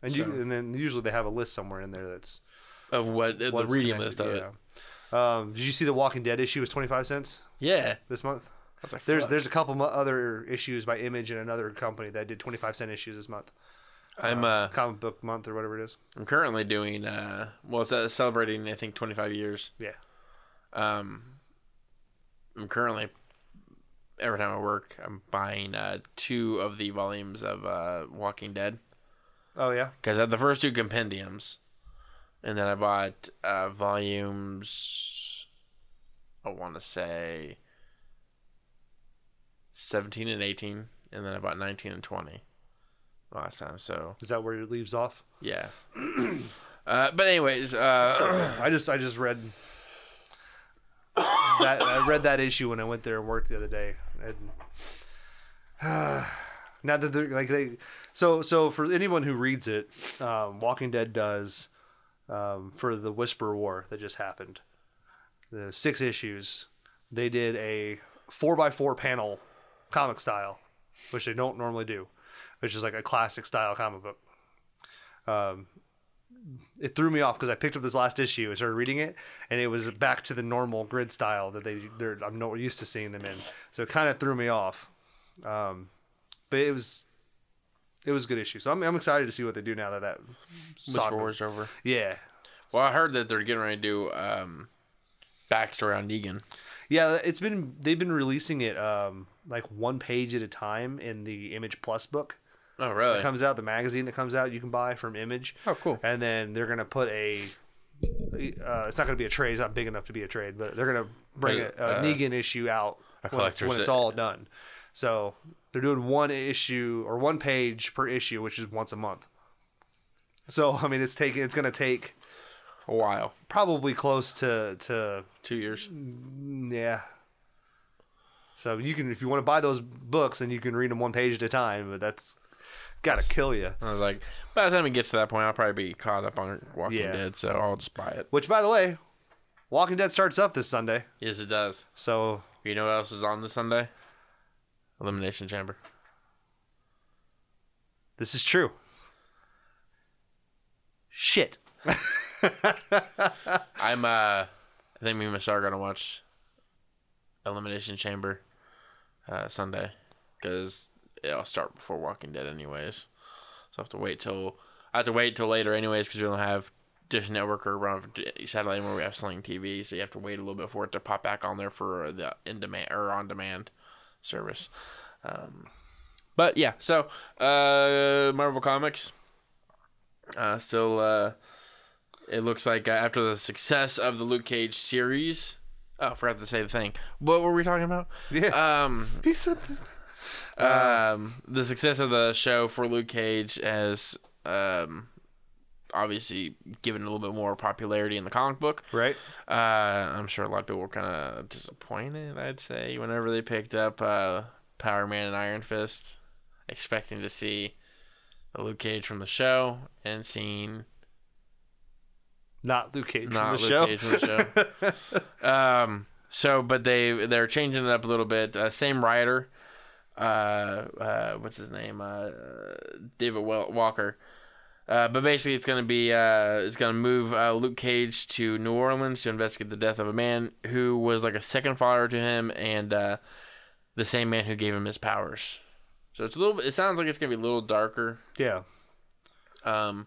And you
So-
and then usually they have a list somewhere in there that's
of what uh, the
what's
reading
connected,
list of it.
yeah. Um, did you see the Walking Dead issue was twenty five cents
Yeah,
this month?
I was like,
There's
"Fuck."
there's a couple mo- other issues by Image and another company that did twenty five cent issues this month,
I'm uh,
comic book month or whatever it is.
I'm currently doing uh, well, it's uh, celebrating I think 25 years.
Yeah.
Um, I'm currently every time I work, I'm buying uh two of the volumes of uh Walking Dead
Oh yeah.
because I had the first two compendiums, and then I bought uh volumes. I want to say 17 and 18, and then I bought 19 and 20 last time. So
Is that where it leaves off?
yeah. Uh, but anyways, uh,
I just I just read that I read that issue when I went there and worked the other day. And not that they're like they so so for anyone who reads it, um, Walking Dead does um, for the Whisper War that just happened. The six issues, they did a four by four panel comic style, which they don't normally do, which is like a classic style comic book Um, it threw me off because I picked up this last issue and started reading it, and it was back to the normal grid style that they they're, I'm not used to seeing them in. So it kind of threw me off. Um, but it was it was a good issue. So I'm, I'm excited to see what they do now that that
Whisper
saga-
War's over.
Yeah,
Well, I heard that they're getting ready to do um, backstory on Negan.
yeah. It's been they've been releasing it um like one page at a time in the Image Plus book.
Oh, really?
that comes out, the magazine that comes out, you can buy from Image.
Oh, cool.
And then they're gonna put a. Uh, it's not gonna be a trade. It's not big enough to be a trade, but they're gonna bring a,
Like,
a
uh,
Negan issue out when, it's,
collector's
when it's
e-
all done. So they're doing one issue or one page per issue, which is once a month. So I mean, it's taking. It's gonna take
A while.
probably close to to
Two years.
yeah. So you can if you want to buy those books, then you can read them one page at a time. But that's gotta kill you.
I was like, by the time it gets to that point, I'll probably be caught up on Walking
Yeah.
Dead, so I'll just buy it.
Which, by the way, Walking Dead starts up this Sunday.
Yes, it does.
So
You know what else is on this Sunday? Elimination Chamber.
this is true. Shit.
I'm, uh, I think me and Miss are going to watch Elimination Chamber uh, Sunday because it'll start before Walking Dead, anyways. So I have to wait till I have to wait till later, anyways, because we don't have Dish Network or around satellite anymore. We have Sling TV, so you have to wait a little bit for it to pop back on there for the in demand or on demand service. Um, but yeah, so uh, Marvel Comics uh, still. Uh, it looks like uh, after the success of the Luke Cage series. Oh, I forgot to say the thing. What were we talking about? Yeah. Um,
He said
um, the success of the show for Luke Cage has um, obviously given a little bit more popularity in the comic book.
right.
Uh, I'm sure a lot of people were kind of disappointed, I'd say, whenever they picked up uh, Power Man and Iron Fist, expecting to see the Luke Cage from the show and seeing
Not Luke Cage
not Luke
from the show.
Cage from the show. um, so, but they they're changing it up a little bit. Uh, same writer, uh, uh, what's his name? Uh, David Wel- Walker. Uh, but basically, it's gonna be uh, it's gonna move uh, Luke Cage to New Orleans to investigate the death of a man who was like a second father to him, and uh, the same man who gave him his powers. So it's a little. bit- It sounds like it's gonna be a little darker.
yeah.
Um,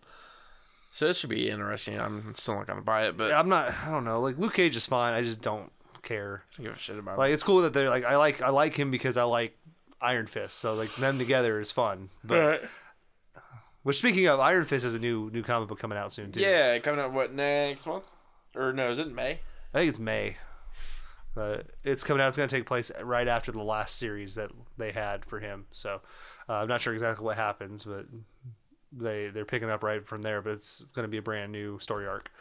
so it should be interesting. I'm still not gonna buy it, but I
I'm not. I don't know. Like Luke Cage is fine. I just don't care.
don't give a shit about. it.
Like it's cool that they're like I like I like him because I like Iron Fist. So like them together is fun. But which speaking of Iron Fist is a new new comic book coming out soon too.
Yeah, coming out what next month? Or no, is it May?
I think it's May. But it's coming out. It's going to take place right after the last series that they had for him. So uh, I'm not sure exactly what happens, but they they're picking up right from there. But it's going to be a brand new story arc.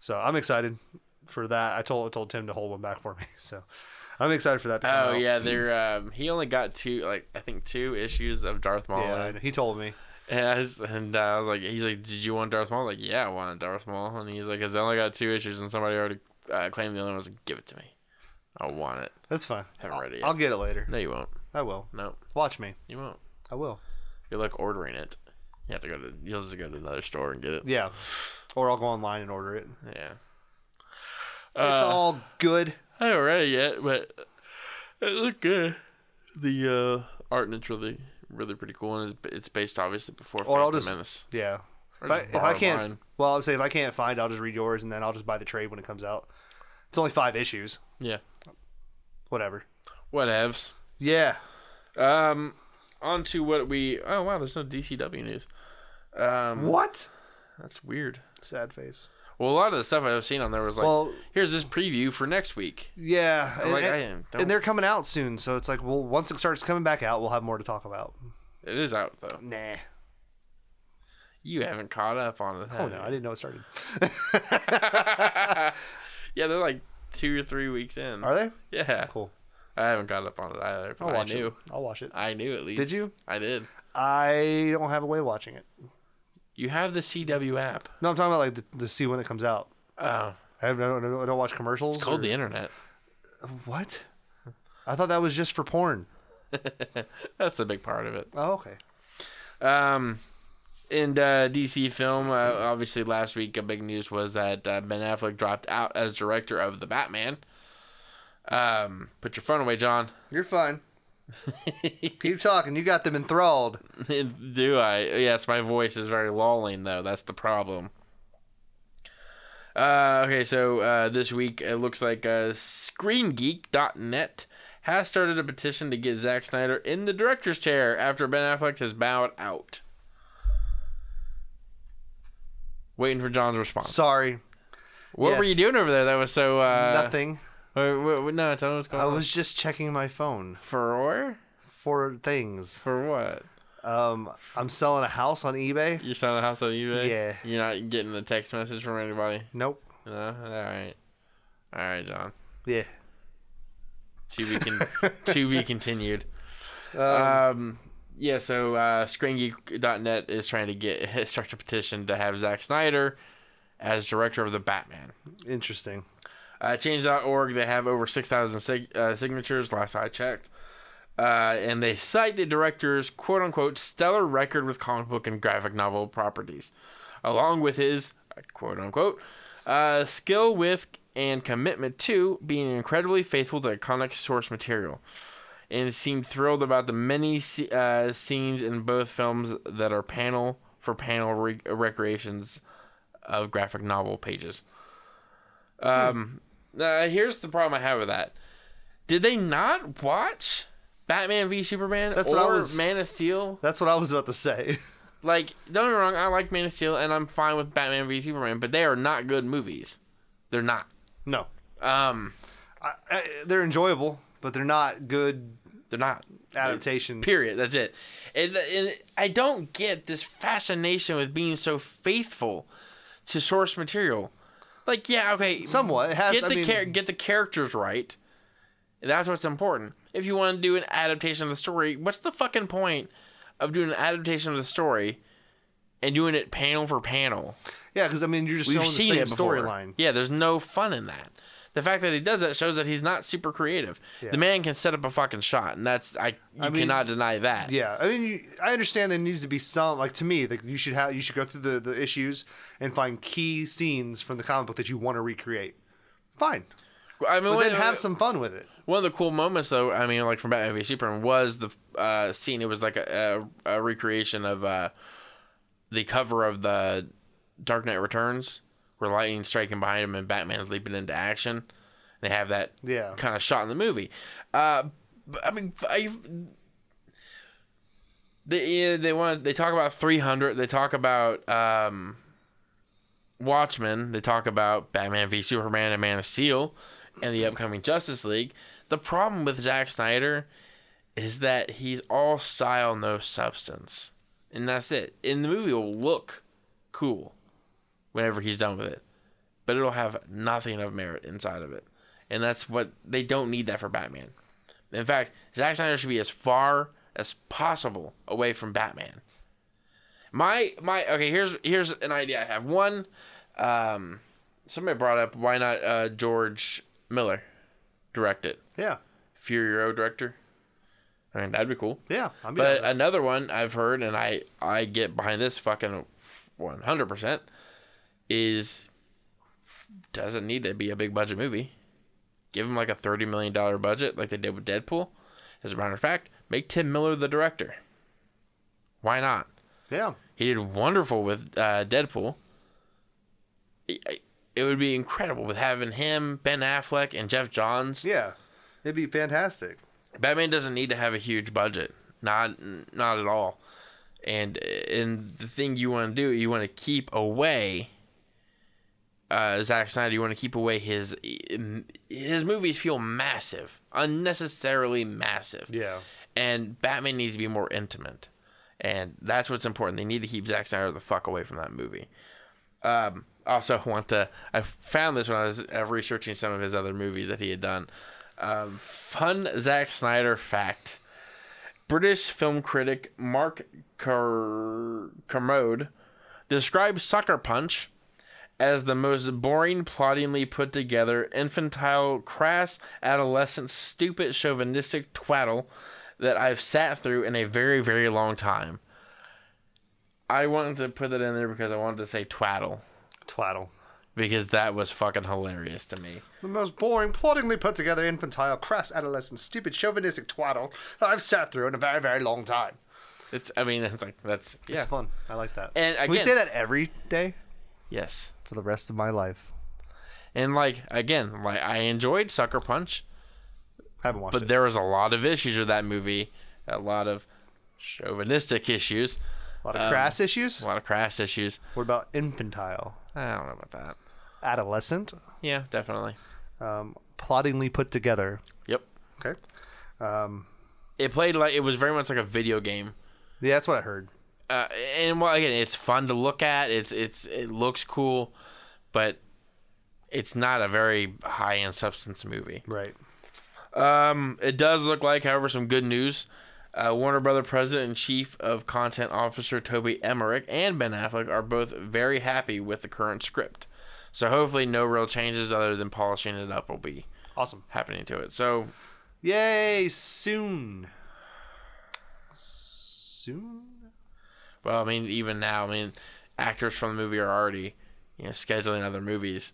So I'm excited for that. I told I told Tim to hold one back for me. So I'm excited for that. To come
Oh
out.
yeah, they're um, he only got two like I think two issues of Darth Maul.
Yeah,
in.
he told me.
And, I was, and uh, I was like, he's like, did you want Darth Maul? I'm like, yeah, I wanted Darth Maul. And he's like, 'Cause I only got two issues, and somebody already uh, claimed the other one. I was like, give it to me. I want it.
That's fine.
Haven't read it yet.
I'll get it later.
No, you won't.
I will.
No,
Watch me.
you won't.
I will.
Good luck ordering it. You have to go to. You'll just go to another store and get it.
Yeah. Or I'll go online and order it.
Yeah.
It's
Uh,
all good.
I haven't read it yet, but it looked good. The uh, art and it's really, really pretty cool, and it's- it's based obviously before
Or I'll
Phantom
just-
Menace.
Yeah.
Or
If I,
just
if I
borrow
can't,
mine.
well, I would say if I can't find, I'll just read yours and then I'll just buy the trade when it comes out. It's only five issues.
Yeah.
Whatever.
Whatevs.
Yeah.
Um, on to what we. Oh wow, there's no DCW news. Um,
What?
that's weird.
Sad face.
Well, a lot of the stuff I've seen on there was like,
Well-
here's this preview for next week.
Yeah. And,
like,
and-
I am- don't-
and they're coming out soon, so it's like, well, once it starts coming back out, we'll have more to talk about.
It is out though.
Nah.
You haven't caught up on it.
Oh no, I didn't know it started.
yeah, they're like two or three weeks in.
Are they?
Yeah.
Cool.
I haven't caught up on it either. But
I'll
I
watch
knew.
it. I'll watch it.
I knew at least.
Did you?
I did.
I don't have a way of watching it.
You have the CW app.
No, I'm talking about like the, the see when it comes out.
Oh,
I don't, I don't, I don't watch commercials.
it's called
or-
the internet.
What? I thought that was just for porn.
That's a big part of it.
Oh, okay.
Um, in uh, DC film, uh, obviously last week, a big news was that uh, Ben Affleck dropped out as director of the Batman. Um, put your phone away, John.
You're fine. Keep talking. You got them enthralled.
Do I? Yes, my voice is very lolling though. That's the problem. Uh, okay, so uh, this week it looks like uh, ScreenGeek.net has started a petition to get Zack Snyder in the director's chair after Ben Affleck has bowed out. Waiting for John's response.
Sorry.
what were you
yes.
doing over there? That was so. Uh, uh-huh.
Nothing.
Wait, wait, wait, no, tell me what's going
I
on.
was just checking my phone
for
for things.
for what?
Um, I'm selling a house on eBay.
You're selling the house on eBay.
Yeah.
You're not getting a text message from anybody.
Nope.
No, all right, all right, John.
Yeah.
To be con- to be continued. Um, yeah. So uh, ScreenGeek.net is trying to get start a petition to have Zack Snyder as director of the Batman.
Interesting.
Uh, change.org, they have over 6,000 sig- uh, signatures, last I checked. Uh, and they cite the director's quote unquote stellar record with comic book and graphic novel properties, along with his quote unquote uh, skill with and commitment to being incredibly faithful to iconic source material. And seemed thrilled about the many sce- uh, scenes in both films that are panel for panel re- recreations of graphic novel pages.
Hmm.
Uh, here's the problem I have with that. Did they not watch Batman v Superman
That's
or
what I was-
Man of Steel?
That's what I was about to say.
Like, don't get me wrong, I like Man of Steel and I'm fine with Batman v Superman, but they are not good movies. They're not.
no.
Um,
I, I, they're enjoyable, but they're not good
they're not.
adaptations.
Period. That's it. And, and I don't get this fascination with being so faithful to source material. Like, yeah, okay,
Somewhat. It has.
get
I
the
mean,
char- get the characters right. That's what's important. If you want to do an adaptation of the story, what's the fucking point of doing an adaptation of the story and doing it panel for panel?
Yeah, because I mean, you're just
We've
selling
seen
the
it
same
before.
storyline.
Yeah, there's no fun in that. The fact that he does that shows that he's not super creative. The man can set up a fucking shot, and that's I you
mean-
cannot deny that.
Yeah, I mean, you, I understand there needs to be some. Like to me, like you should have you should go through the the issues and find key scenes from the comic book that you want to recreate. Fine,
I mean,
but
when-
then have some fun with it.
One of the cool moments, though, I mean, like from Batman v Superman, was the uh, scene. It was like a, a, a recreation of uh, the cover of the Dark Knight Returns, where lightning's striking behind him and Batman's leaping into action. They have that
Yeah.
kind of shot in the movie. Uh, but, I mean, I they yeah, they want they talk about 300. They talk about um, Watchmen. They talk about Batman v Superman and Man of Steel and the upcoming Justice League. The problem with Zack Snyder is that he's all style, no substance. And that's it. And the movie will look cool whenever he's done with it, but it'll have nothing of merit inside of it. And that's what they don't need that for Batman. In fact, Zack Snyder should be as far as possible away from Batman. My my okay, here's here's an idea I have. One, um, somebody brought up why not uh, George Miller, direct it.
Yeah.
Furio director. I mean, that'd be cool.
Yeah. I'm
But another one I've heard, and I I get behind this fucking one hundred percent, is doesn't need to be a big budget movie. Give him like a thirty million dollar budget, like they did with Deadpool. As a matter of fact, make Tim Miller the director. Why not?
yeah.
He did wonderful with uh, Deadpool. It, it would be incredible with having him, Ben Affleck, and Jeff Johns.
Yeah. It'd be fantastic.
Batman doesn't need to have a huge budget, not not at all. And and the thing you want to do, you want to keep away. Uh, Zack Snyder, you want to keep away his his movies feel massive, unnecessarily massive.
Yeah.
And Batman needs to be more intimate, and that's what's important. They need to keep Zack Snyder the fuck away from that movie. Um, also, want to I found this when I was uh, researching some of his other movies that he had done. Um, fun Zack Snyder fact: British film critic Mark Ker- Kermode described Sucker Punch as the most boring, ploddingly put together, infantile, crass, adolescent, stupid, chauvinistic twaddle that I've sat through in a very, very long time. I wanted to put that in there because I wanted to say twaddle
Twaddle.
because that was fucking hilarious to me.
The most boring, ploddingly put together, infantile, crass adolescent, stupid, chauvinistic twaddle I've sat through in a very, very long time.
It's, I mean, it's like that's yeah.
It's fun. I like that.
And
we
again-
say that every day
Yes,
for the rest of my life.
and like again, like I enjoyed Sucker Punch,
Haven't watched
but
it.
there was a lot of issues with that movie, a lot of chauvinistic issues,
A lot
um,
of crass issues.
a lot of crass issues.
What about infantile,
I don't know about that.
adolescent,
Yeah, definitely.
um, ploddingly put together?
Yep.
Okay. Um,
It played like it was very much like a video game.
yeah, that's what I heard.
uh, and well, again, it's fun to look at. It's it's it looks cool, but it's not a very high end substance movie.
Right.
Um, it does look like, however, some good news. Uh, Warner Brother President and Chief of Content Officer Toby Emmerich and Ben Affleck are both very happy with the current script. So hopefully, no real changes other than polishing it up will be
Awesome.
happening to it. So
Yay! Soon. Soon.
Well, I mean, even now, I mean, actors from the movie are already, you know, scheduling other movies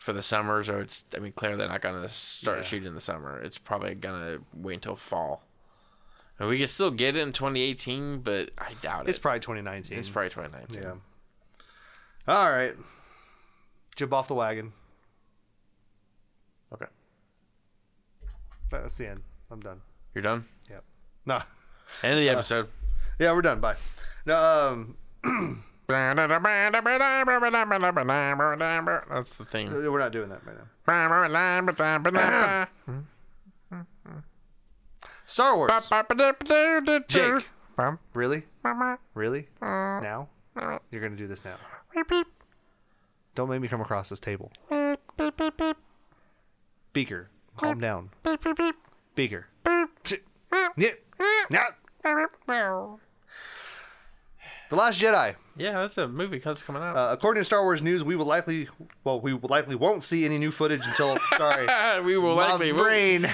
for the summer. So it's, I mean, clearly they're not gonna start shooting in the summer. It's probably gonna wait until fall. And we can still get it in 2018, but I doubt
It's
it.
probably 2019.
it's probably 2019.
yeah. All right. Jump off the wagon.
Okay,
That's the end. I'm done.
you're done.
Yep. Nah.
End of the episode.
Yeah, we're done. Bye. No. Um.
That's the thing.
We're not doing that right now. Star Wars. Jake. Really? Really? Now? You're gonna do this now. Don't make me come across this table. Beaker, calm down. Beaker. Yeah. Yeah. The Last Jedi.
Yeah, that's a movie that's coming out.
Uh, according to Star Wars News, we will likely, well, we will likely won't see any new footage until. Sorry,
Ah, we will
my
likely
brain.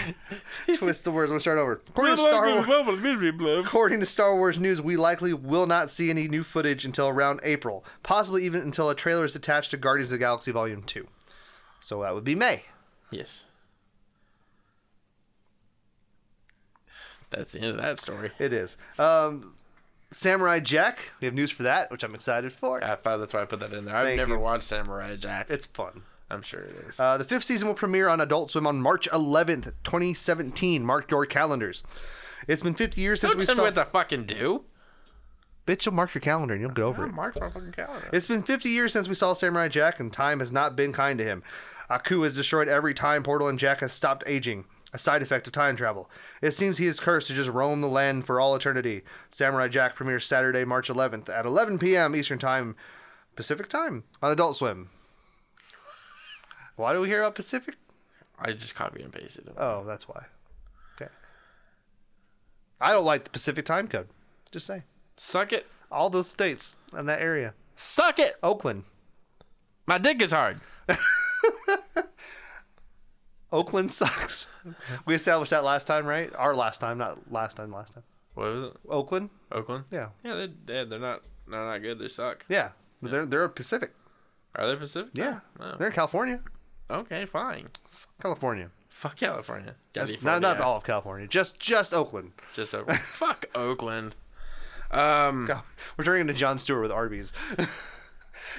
Twist the words. Let's start over. According to Star Wars. According to Star Wars News, we likely will not see any new footage until around April, possibly even until a trailer is attached to Guardians of the Galaxy Volume 2. So that would be May.
Yes. That's the end of that story.
It is. Um, Samurai Jack, we have news for that, which I'm excited for.
I thought that's why I put that in there. I've
Thank
never
you.
watched Samurai Jack.
It's fun.
I'm sure it is.
Uh, the fifth season will premiere on Adult Swim on March 11th, 2017. Mark your calendars. It's been 50 years since
Don't
we
tell me
saw.
what the fucking do.
Bitch, you'll mark your calendar and you'll get over it.
Don't mark my fucking calendar.
It's been 50 years since we saw Samurai Jack, and time has not been kind to him. Aku has destroyed every time portal, and Jack has stopped aging, a side effect of time travel. It seems he is cursed to just roam the land for all eternity. Samurai Jack premieres Saturday, March 11th at 11 p.m. Eastern Time, Pacific Time, on Adult Swim. Why do we hear about Pacific?
I just copied and pasted it.
Oh, that's why. Okay. I don't like the Pacific time code. Just say.
Suck it.
All those states in that area.
Suck it.
Oakland.
My dick is hard.
Oakland sucks. we established that last time, right? Our last time, not last time, last time.
What was it?
Oakland?
Oakland.
Yeah.
Yeah, they're dead. They're not. They're not good. They suck.
Yeah. They're they're Pacific.
Are they Pacific?
Yeah.
No.
They're in California.
Okay, fine.
California.
Fuck California.
That's Not not all of California. Just just Oakland.
Just over. Fuck Oakland. Um,
Cal- We're turning into John Stewart with Arby's.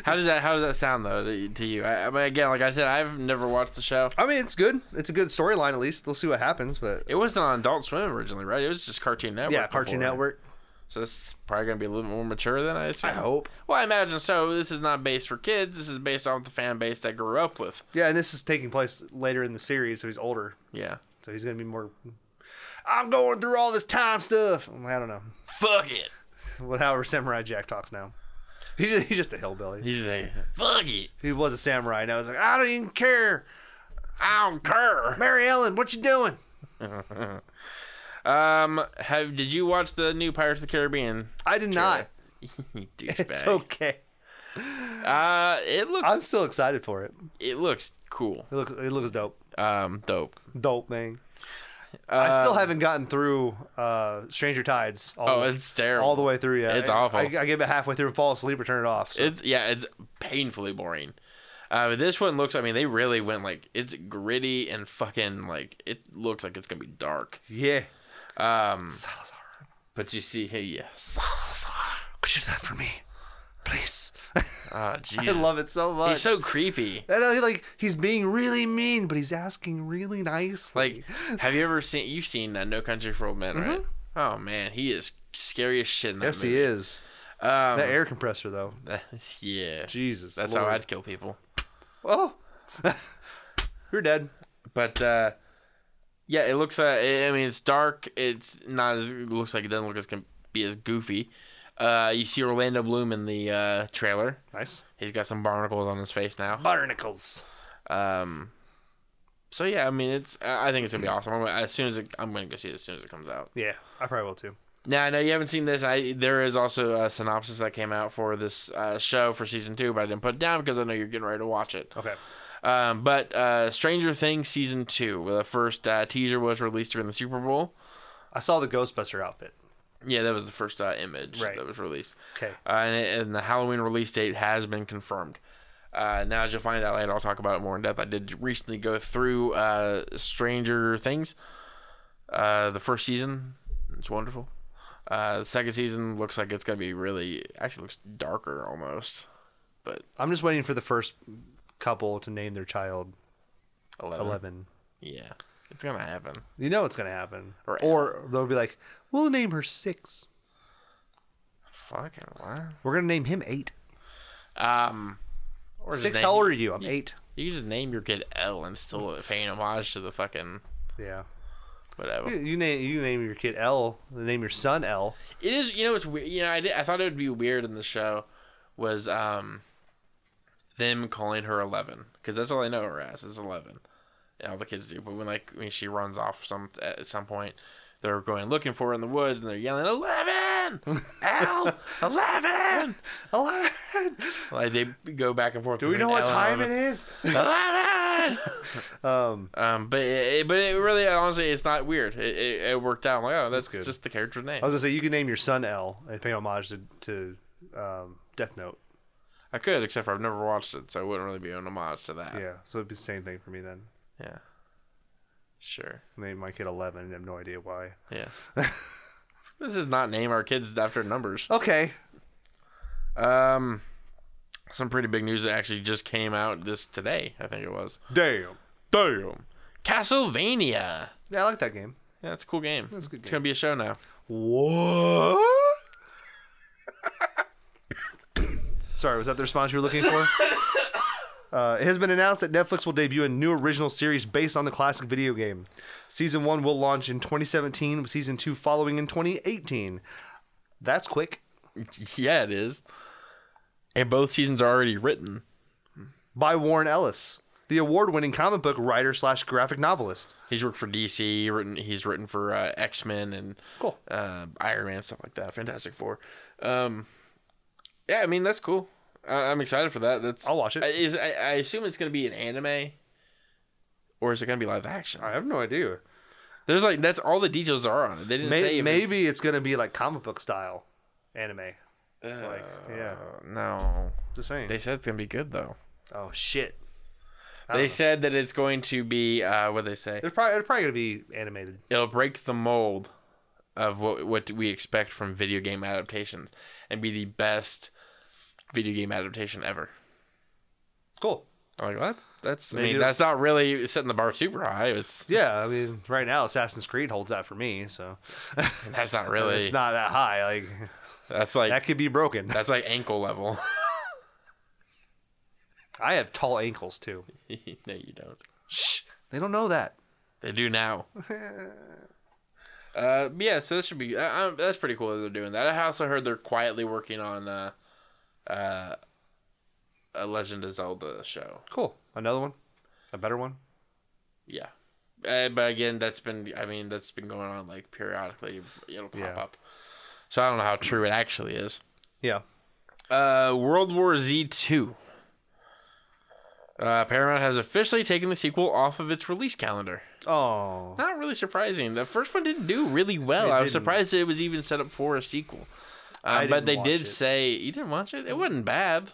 how does that how does that sound though to, to you? I, I mean, again, like I said, I've never watched the show.
I mean, it's good. It's a good storyline. At least we'll see what happens. But
It wasn't on Adult Swim originally, right? It was just Cartoon Network.
yeah, Cartoon
before.
Network.
So it's probably gonna be a little bit more mature than I assume.
I hope.
Well, I imagine so. This is not based for kids. This is based off the fan base that grew up with.
Yeah, and this is taking place later in the series, so he's older.
Yeah.
So he's gonna be more. I'm going through all this time stuff. I'm like, I don't know.
Fuck it.
What, however, Samurai Jack talks now. He just, he's just a hillbilly.
He's like, fuck it.
He was a samurai, and I was like, I don't even care.
I don't care.
Mary Ellen, what you doing?
Um, have did you watch the new Pirates of the Caribbean?
I did not.
You
It's
Douchebag.
okay.
Uh, it looks
I'm still excited for it.
it looks cool.
It looks it looks dope.
Um, dope.
Dope, man. I still haven't gotten through uh, Stranger Tides. All
Uh, Oh,
the,
it's terrible.
all the way through. Yeah,
It's
I-
awful.
I, I get about halfway through and fall asleep or turn it off. So.
It's yeah, it's painfully boring. Uh, but this one looks. I mean, they really went like it's gritty and fucking like it looks like it's gonna be dark.
yeah.
Um,
Salazar,
but you see, hey, yes.
could you do that for me, please?
Oh, Jesus.
I love it so much.
He's so creepy.
And I, like he's being really mean, but he's asking really nice.
Like, have you ever seen? You've seen uh, No Country for Old Men, right? Oh man, he is scary as shit in that
Mm-hmm. yes,
movie.
he is.
Um,
That air compressor, though.
yeah,
Jesus,
that's how
Lord.
I'd kill people.
Oh, you're dead.
But uh, yeah, it looks. Uh, I I mean, it's dark. It's not as. It looks like it doesn't look as can be as goofy. Uh, you see Orlando Bloom in the uh, trailer.
Nice
He's got some barnacles on his face now.
barnacles.
Um, so yeah, I mean, it's. I I think it's gonna be awesome. I'm gonna, as soon as it, I'm gonna go see it as soon as it comes out.
Yeah, I probably will too.
Now I know you haven't seen this. I there is also a synopsis that came out for this uh, show for season two, but I didn't put it down because I know you're getting ready to watch it.
Okay.
Um, but uh, Stranger Things season two, the first uh, teaser was released during the Super Bowl.
I saw the Ghostbuster outfit.
Yeah, that was the first uh, image
Right.
that was released.
Okay.
Uh, and, it- and the Halloween release date has been confirmed. Uh, now, as you'll find out later, I'll talk about it more in depth. I did recently go through uh, Stranger Things, uh, the first season. It's wonderful. Uh, the second season looks like it's going to be really, actually, looks darker almost. But
I'm just waiting for the first couple to name their child
11.
11.
Yeah, it's going to happen.
You know it's going to happen.
Or
Or they'll be like, we'll name her 6.
Fucking what?
We're going to name him 8.
Um, or just
6,
name-
how old are you? I'm 8.
You can just name your kid L and still paying homage to the fucking
Yeah.
whatever.
You, you name you name your kid L, then name your son L.
It is, you know, it's weird. You know, I, did, I thought it would be weird in the show was um them calling her Eleven because that's all I know her as is Eleven, and all the kids do. But when like when she runs off some at some point, they're going looking for her in the woods and they're yelling Eleven, L, Eleven.
11.
Like they go back and forth.
Do we know what time it is?
Eleven.
Um,
um, but it, it- but it really honestly it's not weird. It, it, it worked out. I'm like oh that's,
good.
just the character name.
I was going to say, you can name your son L and pay homage to, to um, Death Note.
I could, except for I've never watched it, so it wouldn't really be an homage to that.
Yeah. So it'd be the same thing for me then.
Yeah. Sure.
Name my kid 11 and have no idea why.
Yeah. this is not name our kids after numbers.
Okay.
Um, some pretty big news that actually just came out this today. I think it was.
Damn.
Damn. Castlevania.
Yeah, I like that game.
Yeah, it's a cool game.
a good
It's gonna be a show now.
What? Sorry, was that the response you were looking for? Uh, it has been announced that Netflix will debut a new original series based on the classic video game. Season 1 will launch in 2017, with season 2 following in 2018. That's quick.
Yeah, it is. And both seasons are already written.
By Warren Ellis, the award winning comic book writer slash graphic novelist.
He's worked for DC. Written. He's written for uh, X Men and
Cool.
uh, Iron Man stuff like that. Fantastic Four. Um, yeah, I mean that's cool. I- I'm excited for that. That's
I'll watch it.
Is I, I assume it's gonna be an anime or is it gonna be live action?
I have no idea.
There's like that's all the details are on it. They didn't say
Maybe,
if it's-
maybe it's gonna be like comic book style anime. Like, yeah,
Uh, no.
the same.
They said it's gonna be good though.
oh shit! I don't
They
know.
said that it's going to be uh, what they say.
They're probably, they're probably gonna be animated.
It'll break the mold of what what we expect from video game adaptations and be the best video game adaptation ever.
Cool.
I'm like, well, that's that's. I
Maybe
mean,
it'll-
that's not really setting the bar super high. It's
Yeah, I mean, right now Assassin's Creed holds that for me, so
that's not really.
it's not that high. Like
That's like
that could be broken.
that's like ankle level.
I have tall ankles too.
no, you don't.
Shh, they don't know that.
They do now. uh, but yeah, so this should be uh, um, that's pretty cool that they're doing that. I also heard they're quietly working on uh, uh, a Legend of Zelda show.
Cool. Another one, a better one.
Yeah, uh, but again, that's been I mean that's been going on like periodically. It'll pop
Yeah.
up. So I don't know how true it actually is.
Yeah.
Uh, World War Z two. Uh, Paramount has officially taken the sequel off of its release calendar.
Oh,
Not really surprising. The first one didn't do really well.
It
I was
didn't.
surprised it was even set up for a sequel.
I
Um, but
didn't
they
watch
did
it.
say you didn't watch it. It wasn't bad.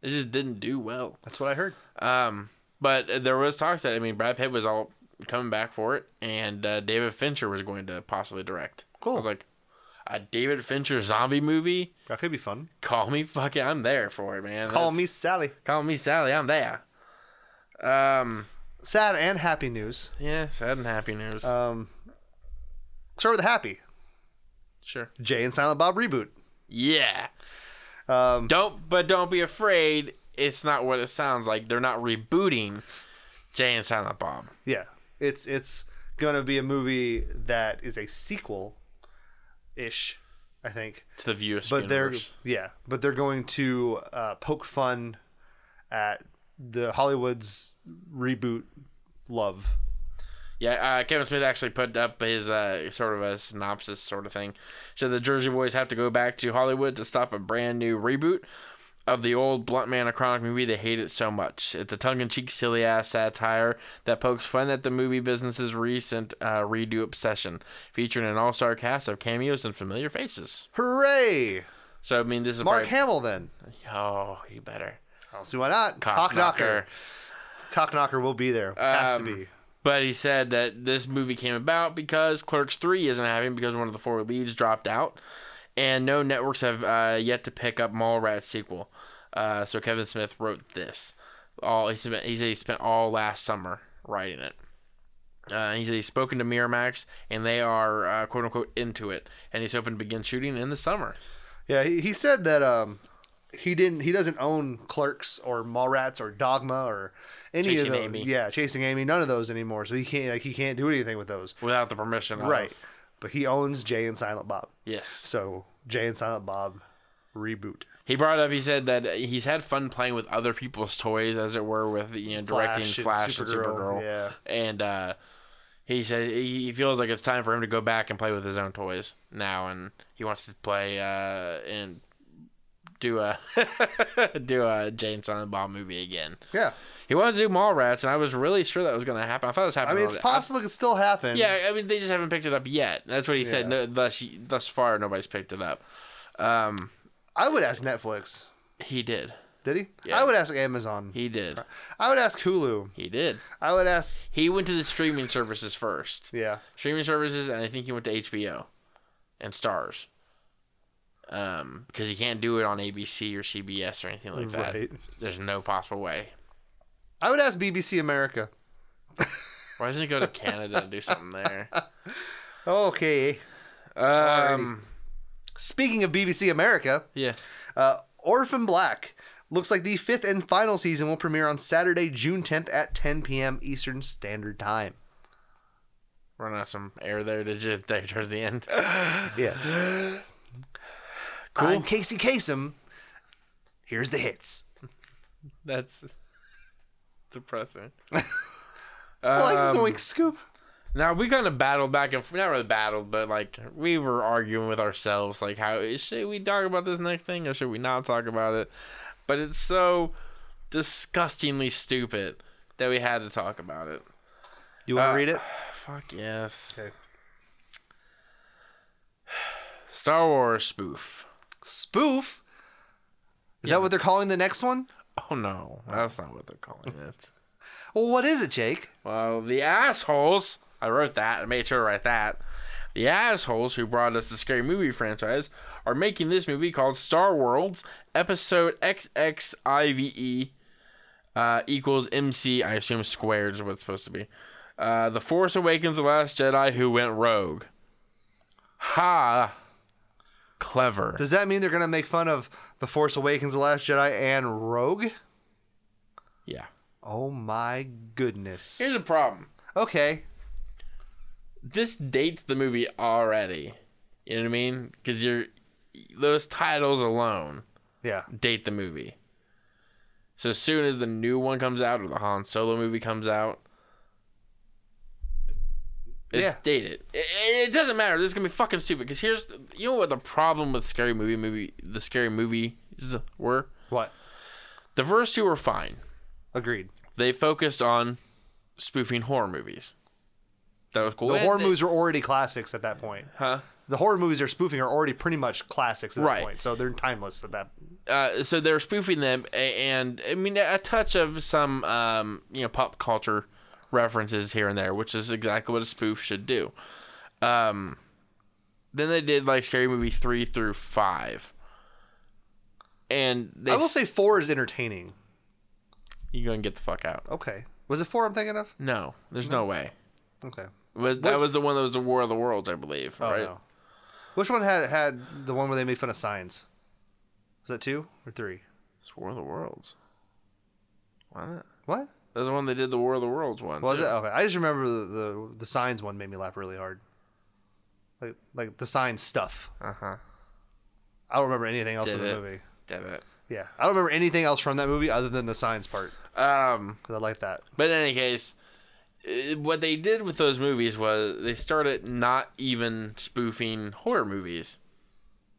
It just didn't do well.
that's what I heard.
Um, but there was talks that I mean Brad Pitt was all coming back for it, and uh, David Fincher was going to possibly direct.
Cool.
I was like, a David Fincher zombie movie.
That could be fun.
Call me fucking. I'm there for it, man.
Call
That's-
me Sally.
Call me Sally. I'm there. Um.
Sad and happy news.
Yeah. Sad and happy news.
Um, start with the happy.
sure.
Jay and Silent Bob reboot.
Yeah.
Um,
Don't. But don't be afraid. It's not what it sounds like. They're not rebooting Jay and Silent Bob.
yeah, it's it's gonna be a movie that is a sequel, ish, I think.
To the viewers.
But
universe.
they're yeah, but they're going to uh, poke fun at the Hollywood's reboot love.
Yeah, uh, Kevin Smith actually put up his uh, sort of a synopsis sort of thing. So the Jersey Boys have to go back to Hollywood to stop a brand new reboot of the old blunt man chronic movie they hate it so much. It's a tongue-in-cheek, silly-ass satire that pokes fun at the movie business's recent uh, redo obsession, featuring an all-star cast of cameos and familiar faces.
Hooray!
So I mean, this is
Mark
probably-
Hamill then.
oh, you better
I don't see why not.
cock
Oh. Cock knocker. Cock knocker will be there. Has to
Um,
be.
But he said that this movie came about because Clerks 3 isn't happening because one of the four leads dropped out, and no networks have uh, yet to pick up Mallrats sequel. Uh, so Kevin Smith wrote this. All he spent, he said he spent all last summer writing it. Uh, he said he's spoken to Miramax, and they are uh, quote unquote into it, and he's hoping to begin shooting in the summer.
Yeah, he, he said that um he didn't he doesn't own Clerks or Mallrats or Dogma or any of
Chasing
those.
Amy.
Yeah, Chasing Amy, none of those anymore. So he can't like he can't do anything with those.
Without the permission, of-
Right. But he owns Jay and Silent Bob.
Yes.
So Jay and Silent Bob reboot.
He brought up. He said that he's had fun playing with other people's toys, as it were, with you know directing
Flash and
Flash and Supergirl.
Supergirl, yeah.
And uh, he said he he feels like it's time for him to go back and play with his own toys now, and he wants to play uh, and do a do a Jane Silent Bob movie again.
Yeah.
He wanted to do Mallrats, and I was really sure that was going to happen. I thought it was
I
happening.
mean it's
already. I-
possible it could still happen.
yeah, I mean they just haven't picked it up yet. That's what he said. No, thus, thus far, nobody's picked it up. Um,
I would ask Netflix.
he did.
Did he?
Yeah.
I would ask Amazon.
He did.
I would ask Hulu.
He did.
I would ask
He went to the streaming services first.
Yeah.
Streaming services, and I think he went to HBO and Stars. Um, because he can't do it on ABC or CBS or anything like that.
Right.
There's no possible way.
I would ask BBC America.
Why doesn't he go to Canada and do something there?
Okay.
Um,
Speaking of BBC America,
yeah.
Uh, Orphan Black looks like the fifth and final season will premiere on Saturday, June 10th at 10 p.m. Eastern Standard Time.
Run out some air there, did you? There towards the end.
Yes.
Cool.
I'm Casey Kasem. Here's the hits.
That's depressing.
I like this
Um,
week's scoop.
Now we kind of battled back and not really battled, but like we were arguing with ourselves, like how should we talk about this next thing or should we not talk about it? But it's so disgustingly stupid that we had to talk about it.
You want to
Uh,
read it?
Fuck yes.
Okay.
Star Wars spoof.
Spoof. Is that what they're calling the next one?
Oh no, that's not what they're calling it.
Well, what is it, Jake?
Well, the assholes. I wrote that. I made sure to write that. The assholes who brought us the scary movie franchise are making this movie called Star Worlds Episode XXIVE E, uh, equals MC. I assume squared is what it's supposed to be. Uh, the Force Awakens the Last Jedi who went rogue. Ha! Clever.
Does that mean they're gonna make fun of the Force Awakens, the Last Jedi, and Rogue?
Yeah.
Oh my goodness.
Here's a problem.
Okay.
this dates the movie already. You know what I mean? Because you're those titles alone
Yeah.
date the movie. So as soon as the new one comes out or the Han Solo movie comes out, it's
Yeah.
dated. It, it doesn't matter. This is gonna be fucking stupid. Because here's you know what the problem with scary movie movie the scary movies were
What?
the first two were fine.
Agreed.
They focused on spoofing horror movies. That was cool.
The
And
horror
they-
movies were already classics at that point.
huh?
The horror movies they're spoofing are already pretty much classics at
Right.
that point, so they're timeless at that.
uh, so they're spoofing them, a- and I mean a touch of some um, you know pop culture references here and there, which is exactly what a spoof should do. Um, then they did like Scary Movie three through five, and they
I will say four is entertaining.
you gonna get the fuck out.
Okay. Was it four I'm thinking of?
No, there's no, way.
Okay.
Was, that was the one that was the War of the Worlds, I believe.
Oh,
right?
no. Which one had had the one where they made fun of signs? Was that two or three?
It's War of the Worlds. What?
What?
That's the one they did the War of the Worlds one.
Was
too.
it? Okay. I just remember the, the the signs one made me laugh really hard. Like like the signs stuff.
Uh huh.
I don't remember anything else
Did
in the
it.
movie.
Damn it.
Yeah. I don't remember anything else from that movie other than the signs part
Um.
cuz I like that.
But in any case, uh, what they did with those movies was they started not even spoofing horror movies.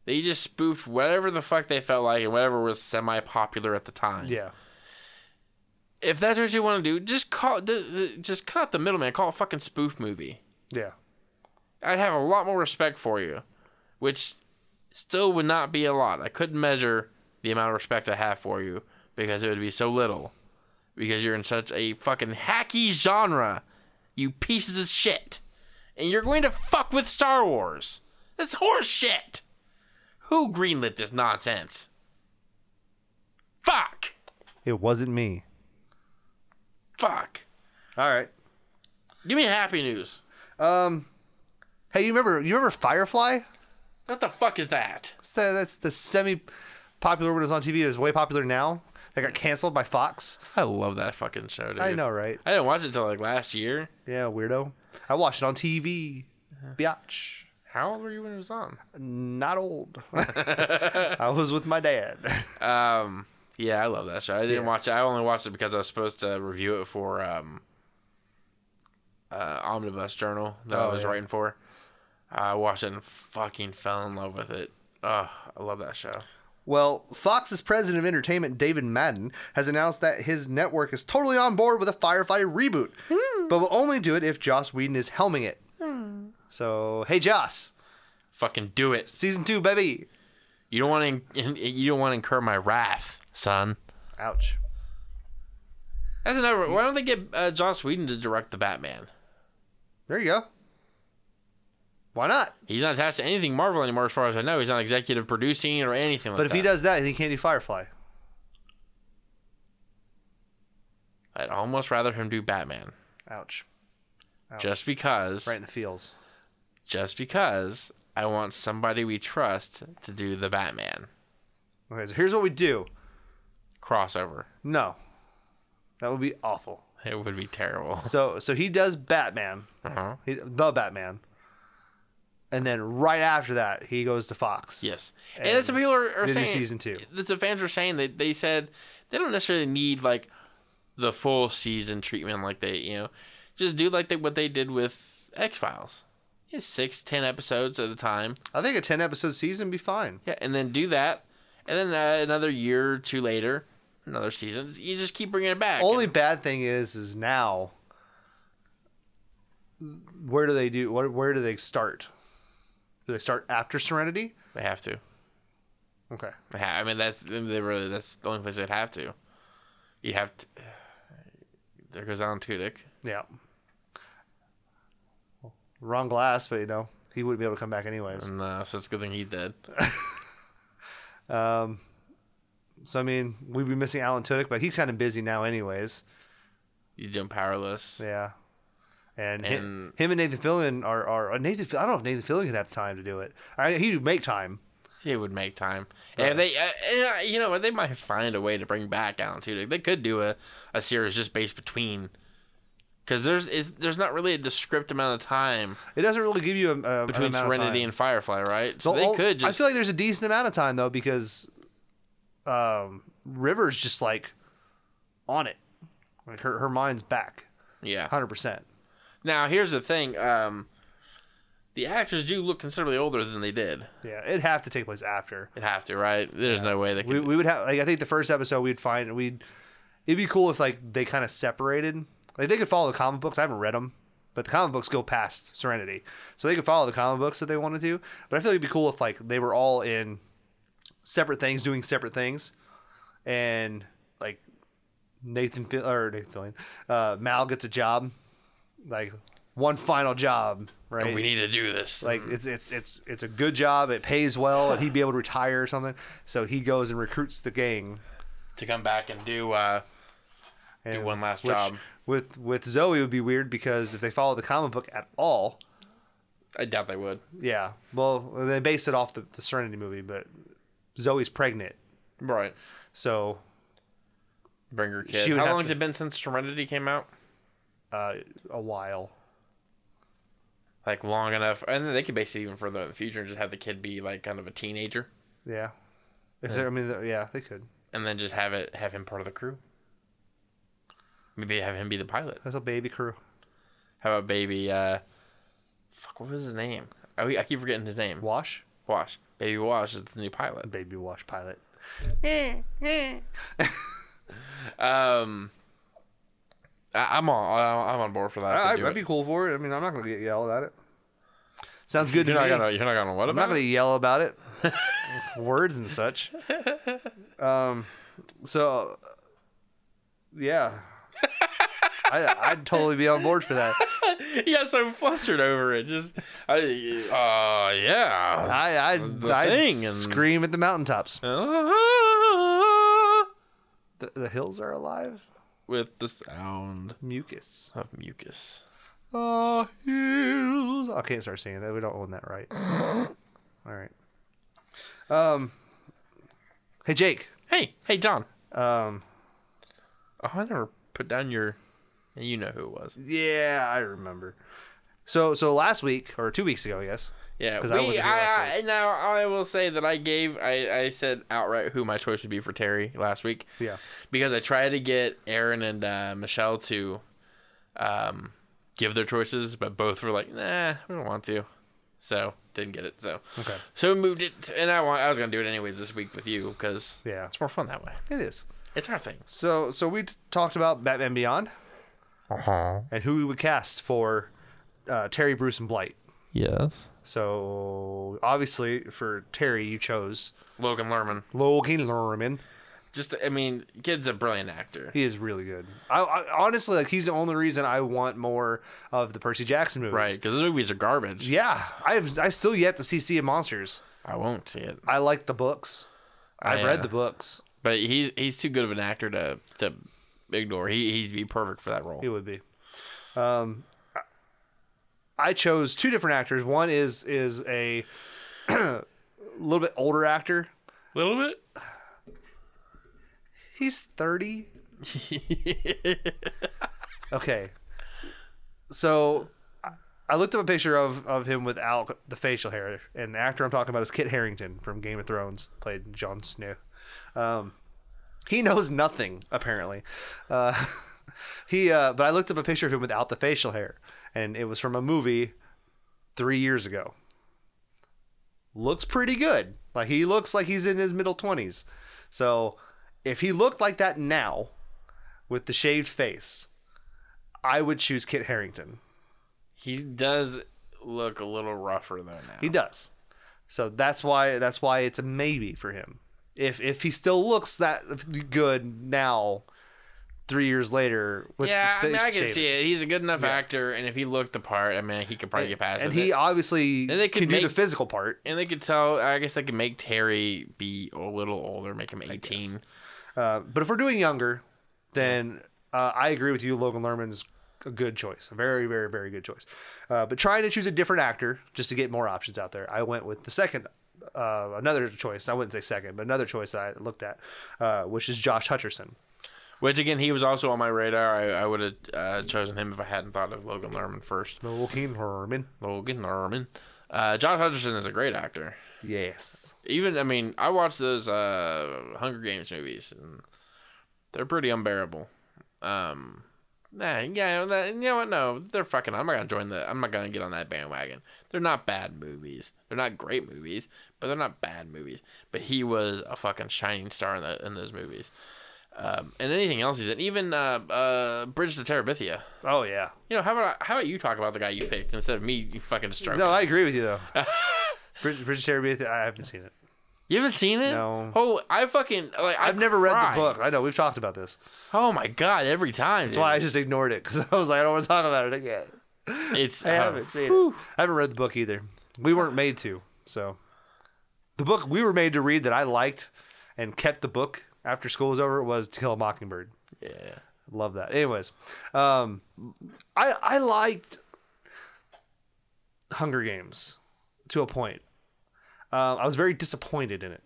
They just spoofed whatever the fuck they felt like and whatever was semi popular at the time.
Yeah.
If that's what you want to do, just call th- th- just cut out the middleman, call it a fucking spoof movie.
Yeah.
I'd have a lot more respect for you, which still would not be a lot. I couldn't measure the amount of respect I have for you because it would be so little. Because you're in such a fucking hacky genre, you pieces of shit. And you're going to fuck with Star Wars. That's horse shit. Who greenlit this nonsense? Fuck.
It wasn't me.
Fuck.
All right.
Give me happy news.
Um Hey, you remember you remember Firefly?
What the fuck is that?
That's the, that's the semi popular when it was on TV. It was way popular now. That got canceled by Fox.
I love that fucking show, dude.
I know, right?
I didn't watch it until like last year.
Yeah, weirdo. I watched it on TV. Biatch.
How old were you when it was on?
Not old. I was with my dad.
Um, yeah, I love that show. I didn't
Yeah.
watch it. I only watched it because I was supposed to review it for um, uh, Omnibus Journal that I
Oh,
was
yeah.
writing for. I watched it and fucking fell in love with it. Oh, I love that show.
Well, Fox's president of entertainment, David Madden, has announced that his network is totally on board with a Firefly reboot, but will only do it if Joss Whedon is helming it. Hmm. So, hey, Joss,
Fucking do it.
season two, baby.
You don't want to. You don't want to incur my wrath, son.
Ouch.
That's another. Why don't they get uh, Joss Whedon to direct the Batman?
There you go. Why not?
He's not attached to anything Marvel anymore, as far as I know. He's not executive producing or anything like
But if
that.
he does that, he can't do Firefly.
I'd almost rather him do Batman,
Ouch.
just because.
Oh. Right in the feels.
just because I want somebody we trust to do the Batman
Okay, so here's what we do.
crossover.
No, that would be awful.
It would be terrible.
So, so he does Batman.
Uh-huh.
He, the Batman. And then right after that, he goes to Fox.
Yes, and, that's what people are, are
New
saying.
season two.
That's what fans are saying. They they said they don't necessarily need like the full season treatment like they you know just do like they, what they did with X Files. Yeah, six ten episodes at a time.
I think a 10 episode season would be fine.
Yeah, and then do that, and then uh, another year or two later, another season. You just keep bringing it back.
Only
And
bad thing is, is now. Where do they do? Where, where do they start? Do they start after Serenity?
they have to.
Okay.
They ha- I mean, that's they really that's the only place they'd have to. You have to. There goes Alan Tudyk.
Yeah. Wrong glass, but you know he wouldn't be able to come back anyways.
And uh, so it's a good thing he's dead.
So I mean, we'd be missing Alan Tudyk, but he's kind of busy now, anyways.
He's done powerless.
Yeah. And, hi-
And-
him and Nathan Fillion are are uh, Nathan. Fi- I don't know if Nathan Fillion could have time to do it. I, he'd make time.
He would make time. And if they, uh, and, uh, you know, what, they might find a way to bring back Alan Tudyk. They could do a, a series just based between, because there's it's, there's not really a descript amount of time
It doesn't really give you a, a
between Serenity and Firefly, right? So they could just.
I feel like there's a decent amount of time though because um, River's just like on it. Like her her mind's back,
yeah.
hundred percent.
Now here's the thing. Um, the actors do look considerably older than they did.
Yeah, it'd have to take place after.
It'd have to, right? There's no way they could.
We, we would have like I think the first episode we'd find we'd it'd be cool if like they kind of separated. Like they could follow the comic books. I haven't read them, but the comic books go past Serenity, so they could follow the comic books that they wanted to. But I feel like it'd be cool if like they were all in separate things, doing separate things, and like Nathan Fill- or Nathan Fillion, uh, Mal gets a job, like one final job, right?
we need to do this.
Like it's it's it's it's a good job. It pays well, and he'd be able to retire or something. So he goes and recruits the gang.
to come back and do. Uh,
And
one last
which
job.
With with Zoe would be weird because if they follow the comic book at all,
I doubt they would.
yeah. Well, they based it off the, the Serenity movie, but Zoe's pregnant,
Right.
so
Bring her kid.
She would
How
have
long has
to-
it been since Serenity came out?
uh, a while.
like long enough, and then they could base it even further in the future and just have the kid be like kind of a teenager,
Yeah. If they're, I mean, they're- yeah, they could.
and then just have it have him part of the crew. Maybe have him be the pilot.
That's a baby crew.
How about baby? Uh, fuck, what was his name? I, I keep forgetting his name.
Wash,
Wash. Baby Wash is the new pilot.
baby wash pilot.
Um, I, I'm on. I'm on board for that. if they
I,
do
would
it.
be cool for it. I mean, I'm not gonna get yelled at it. Sounds good
You're
to
not
me.
gonna. You're not gonna. What
I'm not
about?
going to
it?
yell about it, words and such. Um, so yeah, I, I'd totally be on board for that.
You got so flustered over it. Just. I. Uh, yeah.
I, I,
The
I'd
thing and-
scream at the mountaintops. The, the hills are alive.
with the sound
Mucus.
of mucus.
Oh, hills. I can't start singing that. We don't own that right. All right. Um. Hey, Jake.
Hey, hey, John.
Um.
Oh, I never put down your. You know who it was.
Yeah, I remember. So, so last week or two weeks ago, I guess.
Yeah,
'Cause
we,
I
I,
wasn't here last
I, now I will say that I gave I, I said outright who my choice would be for Terry last week.
Yeah.
because I tried to get Aaron and uh, Michelle to, um, give their choices, but both were like, nah, we don't want to, so didn't get it. So
Okay.
so we moved it, and I want I was gonna do it anyways this week with you because
Yeah.
it's more fun that way.
It is.
It's our thing.
So, so we t- talked about Batman Beyond
Uh huh.
and who we would cast for uh, Terry, Bruce, and Blight.
Yes.
So, obviously, for Terry, you chose
Logan Lerman.
Logan Lerman.
Just I mean, kid's a brilliant actor.
He is really good. I, I honestly like. He's the only reason I want more of the Percy Jackson movies.
Right, because the movies are garbage.
Yeah, I've I still yet to see Sea of Monsters.
I won't see it.
I like the books. I've
I,
read
uh,
the books.
But he's he's too good of an actor to to ignore. He he'd be perfect for that role.
It would be. Um, I I chose two different actors. One is is a little bit older actor.
little bit.
He's thirty. okay. So I- I looked up a picture of of him without the facial hair, and the actor I'm talking about is Kit Harrington from Game of Thrones, played Jon Snow. Um, he knows nothing apparently. Uh, he, uh, but I looked up a picture of him without the facial hair, and it was from a movie three years ago. Looks pretty good. Like he looks like he's in his middle twenties. So if he looked like that now, with the shaved face, I would choose Kit Harrington.
He does look a little rougher though now.
He does. So that's why that's why it's a maybe for him. If if he still looks that good now, three years later, with
yeah, I
the
mean, I
face
can
shaving.
see it. He's a good enough actor, and if he looked the part, I mean, he could probably get past.
And
with
he
it.
obviously
Then they
can
could
do
make-
the physical part.
and they could tell. I guess they could make Terry be a little older, make him eighteen.
Uh, but if we're doing younger, then uh, I agree with you. Logan Lerman is a good choice, a very, very, very good choice. Uh, but trying to choose a different actor just to get more options out there, I went with the second, uh, another choice. I wouldn't say second, but another choice that I looked at, uh, which is Josh Hutcherson.
Which again, he was also on my radar. I, I would have uh, chosen him if I hadn't thought of Logan Lerman first.
Logan Lerman.
Logan Lerman. Uh, John Hutcherson is a great actor.
Yes.
Even I mean, I watched those uh, Hunger Games movies, and they're pretty unbearable. Um, nah, yeah, nah, you know what? No, they're fucking. I'm not gonna join the. I'm not gonna get on that bandwagon. They're not bad movies. They're not great movies, but they're not bad movies. But he was a fucking shining star in the in those movies. Um, and anything else he's in, even uh, uh, Bridge to Terabithia.
Oh yeah.
You know, how about I, how about you talk about the guy you picked instead of me fucking stroking?
No, I agree with you though. Brid- Bridget Terabithia, I haven't seen it.
You haven't seen it?
No.
Oh, I fucking like I
I've never read
cried.
the book. I know we've talked about this.
Oh my god, every time.
That's why I just ignored it because I was like, I don't want to talk about it again.
it's
I
oh,
haven't seen
whew.
it. I haven't read the book either. We weren't made to. So the book we were made to read that I liked and kept the book after school was over was To Kill a Mockingbird.
Yeah.
Love that. Anyways, um, I I liked Hunger Games to a point. Uh, I was very disappointed in it,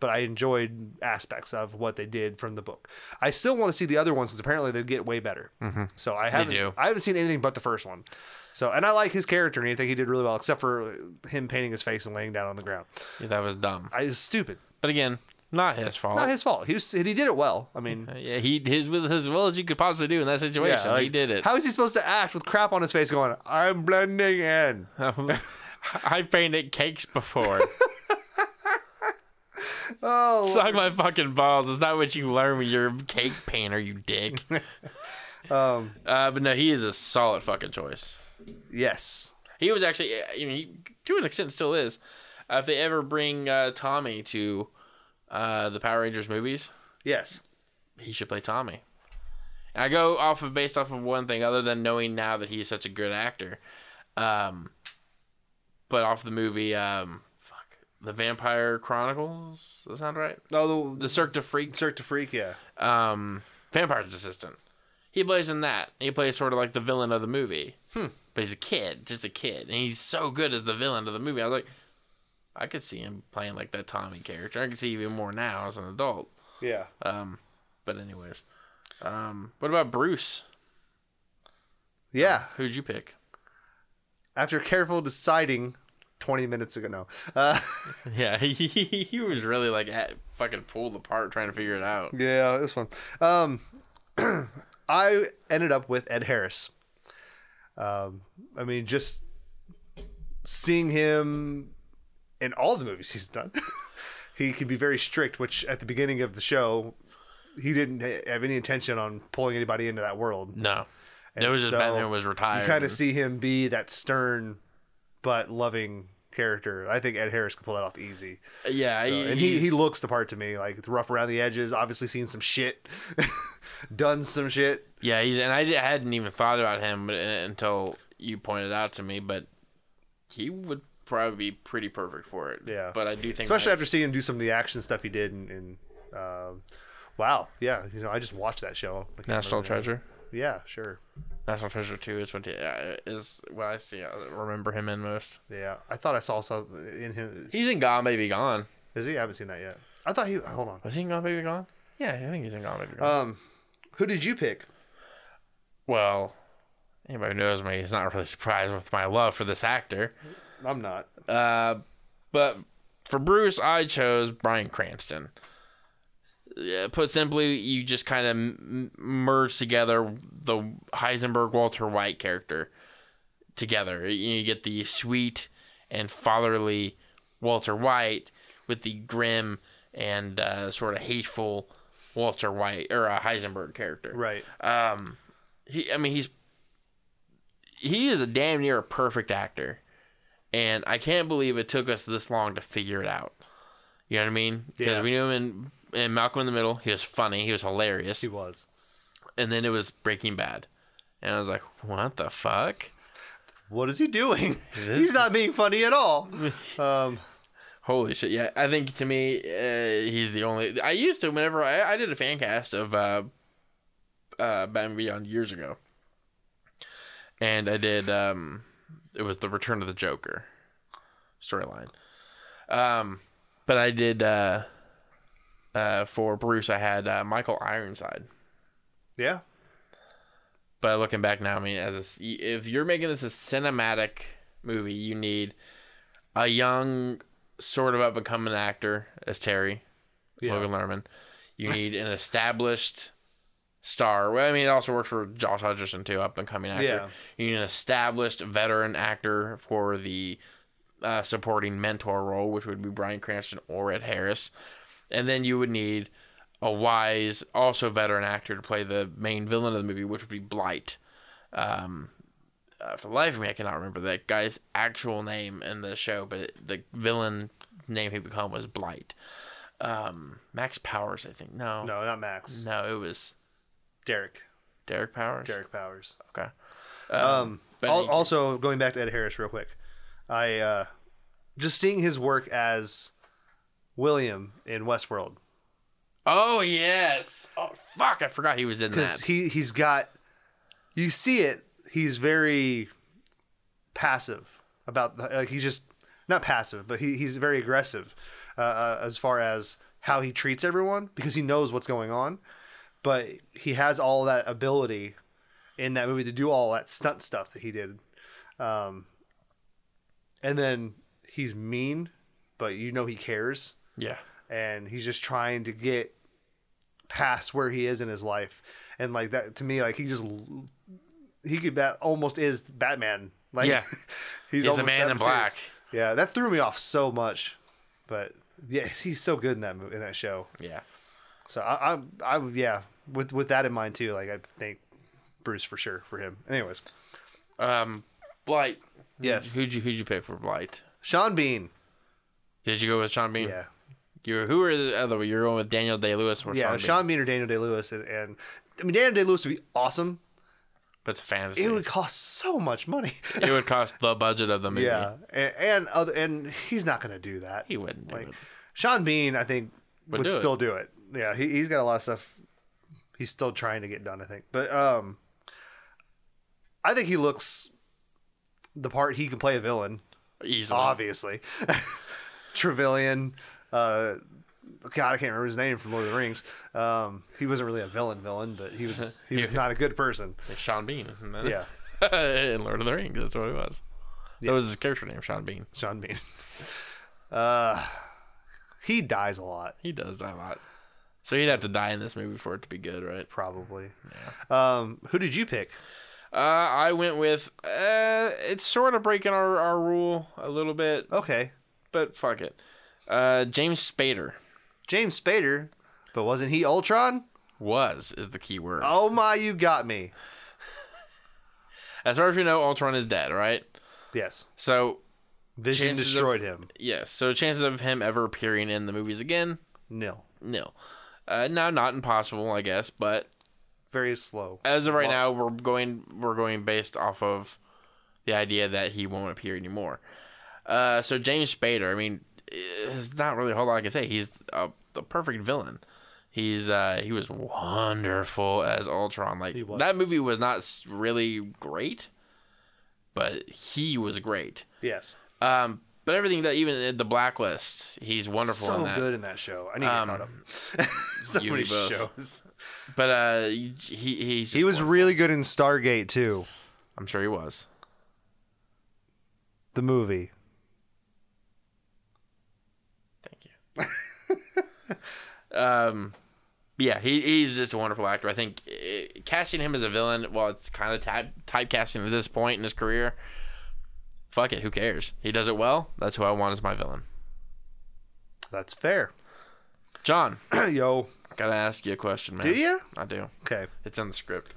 but I enjoyed aspects of what they did from the book. I still want to see the other ones because apparently they get way better. So I
do.
haven't I haven't seen anything but the first one. So and I like his character and I think he did really well except for him painting his face and laying down on the ground.
Yeah, that was dumb.
I was stupid.
But again, not his fault.
Not his fault. He was he did it well. I mean,
yeah, he his with as well as you could possibly do in that situation.
Yeah,
he
like,
did it.
How is he supposed to act with crap on his face going, I'm blending in?
I painted cakes before.
Oh,
Suck my fucking balls. It's not what you learn when you're a cake painter, you dick.
um,
Uh, but no, he is a solid fucking choice.
yes.
He was actually, uh, you know, he, to an extent, still is. Uh, if they ever bring uh, Tommy to uh, the Power Rangers movies,
Yes.
he should play Tommy. And I go off of based off of one thing, other than knowing now that he's such a good actor. Um, but off the movie, um, fuck, the Vampire Chronicles. Does that sound right?
Oh,
The Cirque du Freak,
Cirque du Freak, yeah.
um, Vampire's Assistant. He plays in that. He plays sort of like the villain of the movie. Hmm. But he's a kid, just a kid, and he's so good as the villain of the movie. I was like, I could see him playing like that Tommy character. I could see even more now as an adult.
Yeah.
Um, but anyways, um, what about Bruce?
Yeah.
Who'd you pick?
After careful deciding 20 minutes ago, no. Uh,
Yeah, he, he was really like at, fucking pulled apart trying to figure it out.
yeah, this one. Um, I ended up with Ed Harris. Um, I mean, just seeing him in all the movies he's done, he can be very strict, which at the beginning of the show, he didn't ha- have any intention on pulling anybody into that world.
No, it was just
so
Batman was retired.
You kind of see him be that stern but loving character. I think Ed Harris can pull that off easy.
yeah,
So, and he, he looks the part to me, like rough around the edges, obviously seen some shit, done some shit.
yeah, he's and I, di- I hadn't even thought about him uh, until you pointed out to me, but he would probably be pretty perfect for it.
Yeah.
but I do think
Especially
that-
after seeing him do some of the action stuff he did in, in um wow, yeah, you know, I just watched that show. I can't
National
remember
Treasure.
the name. Yeah, sure.
National Treasure Two is what yeah, is what I see. I remember him in most.
Yeah, I thought I saw something in him.
He's in Gone Baby Gone.
Is he? I haven't seen that yet. I thought he. Hold on.
Was he in Gone Baby Gone? Uh, Yeah, I think he's in Gone Baby Gone.
Um, who did you pick?
Well, anybody who knows me is not really surprised with my love for this actor.
I'm not.
Uh, but for Bruce, I chose Brian Cranston. Yeah, put simply, you just kind of m- m- merge together the Heisenberg Walter White character together. You get the sweet and fatherly Walter White with the grim and uh, sort of hateful Walter White or a Heisenberg character.
Right.
Um, he, I mean, he's he is a damn near a perfect actor, and I can't believe it took us this long to figure it out. You know what I mean? Because
Yeah.
we knew him in, in Malcolm in the Middle. He was funny. He was hilarious.
He was.
and then it was Breaking Bad, and I was like, what the fuck?
What is he doing? He's not being funny at all. Um,
Holy shit! Yeah, I think to me, uh, he's the only. I used to whenever I, I did a fan cast of uh, uh, Batman Beyond years ago, and I did. Um, it was the Return of the Joker storyline, um, but I did uh, uh, for Bruce. I had uh, Michael Ironside.
yeah.
But looking back now, I mean, as a s if you're making this a cinematic movie, you need a young, sort of up and coming actor as Terry
Yeah.
Logan Lerman. You need an established star. Well, I mean, it also works for Josh Hutcherson too, up and coming actor.
Yeah.
You need an established veteran actor for the uh, supporting mentor role, which would be Brian Cranston or Ed Harris, and then you would need a wise, also veteran actor to play the main villain of the movie, which would be Blight. Um, uh, for the life of me, I cannot remember that guy's actual name in the show, but it, the villain name he became was Blight. Um, Max Powers, I think. No,
No, not Max.
no, it was
Derek.
Derek Powers.
Derek Powers.
Okay.
Um,
but
al-
he-
also going back to Ed Harris real quick, I uh, just seeing his work as William in Westworld
Oh yes. Oh fuck! I forgot he was in
because
that.
he he's got you see it. He's very passive about the- like he's just not passive, but he, he's very aggressive uh, uh, as far as how he treats everyone because he knows what's going on, but he has all that ability in that movie to do all that stunt stuff that he did. Um, and then he's mean, but you know he cares
Yeah.
and he's just trying to get past where he is in his life and like that to me like he just l- he could that almost is batman like
Yeah.
he's,
the
almost
man
that
in black.
mysterious. yeah that threw me off so much but yeah he's so good in that movie in that show
Yeah.
so i i, I would- yeah with with that in mind too like i think bruce for sure for him anyways
Um, Blight.
yes
Who'd you who'd you pick for Blight?
sean bean
Did you go with Sean Bean?
yeah
You were, who were the other? You're going with Daniel Day Lewis or
yeah
Sean,
sean,
Bean?
bean or daniel day lewis and, and i mean daniel day lewis would be awesome
But it's a fantasy.
it would cost so much money
it would cost the budget of the movie.
Yeah, and, and other and he's not gonna do that.
He wouldn't do
like
it.
Sean Bean, I think
Would
would,
do it.
still do it. Yeah, he, he's got a lot of stuff. He's still trying to get done, I think. But um, I think he looks the part he can play a villain.
Easily.
Obviously, Trevelyan. Uh, God, I can't remember his name from Lord of the Rings. Um, he wasn't really a villain, villain, but he was he was not a good person.
It's Sean Bean. isn't it?
Yeah,
in Lord of the Rings, that's what it was. That was his character name, Sean Bean.
Sean Bean. Uh, he dies a lot.
He does die a lot. So he'd have to die in this movie for it to be good, right?
probably. Um, who did you pick?
Uh, I went with. Uh, it's sort of breaking our, our rule a little bit,
Okay,
but fuck it. Uh, James Spader
James Spader, but wasn't he Ultron?
was is the key word.
Oh my, you got me.
As far as we know, Ultron is dead, right?
Yes,
So
Vision
Chances of-
destroyed him.
yes, so chances of him ever appearing in the movies again,
No,
nil. Uh, now, not impossible, I guess, but
very slow.
as of right now, we're going we're going based off of the idea that he won't appear anymore. Uh, so James Spader, I mean, it's not really a whole lot I can say. He's a, the perfect villain. He's uh, he was wonderful as Ultron. Like
was.
that movie was not s- really great, but he was great.
Yes,
Um, but everything that even in the Blacklist, he's wonderful in
so
that.
good in that show. I need to get
Um,
caught up. so
you
many
both.
shows.
But uh, he he's
He
just
was
wonderful.
really good in Stargate too,
I'm sure he was.
the movie.
Thank you. um, yeah, he, he's just a wonderful actor. I think uh, casting him as a villain, well, it's kind of type typecasting at this point in his career. Fuck it, who cares? He does it well. That's who I want as my villain.
That's fair.
John,
Yo,
Gotta ask you a question, man.
Do you?
I do.
Okay.
It's in the script.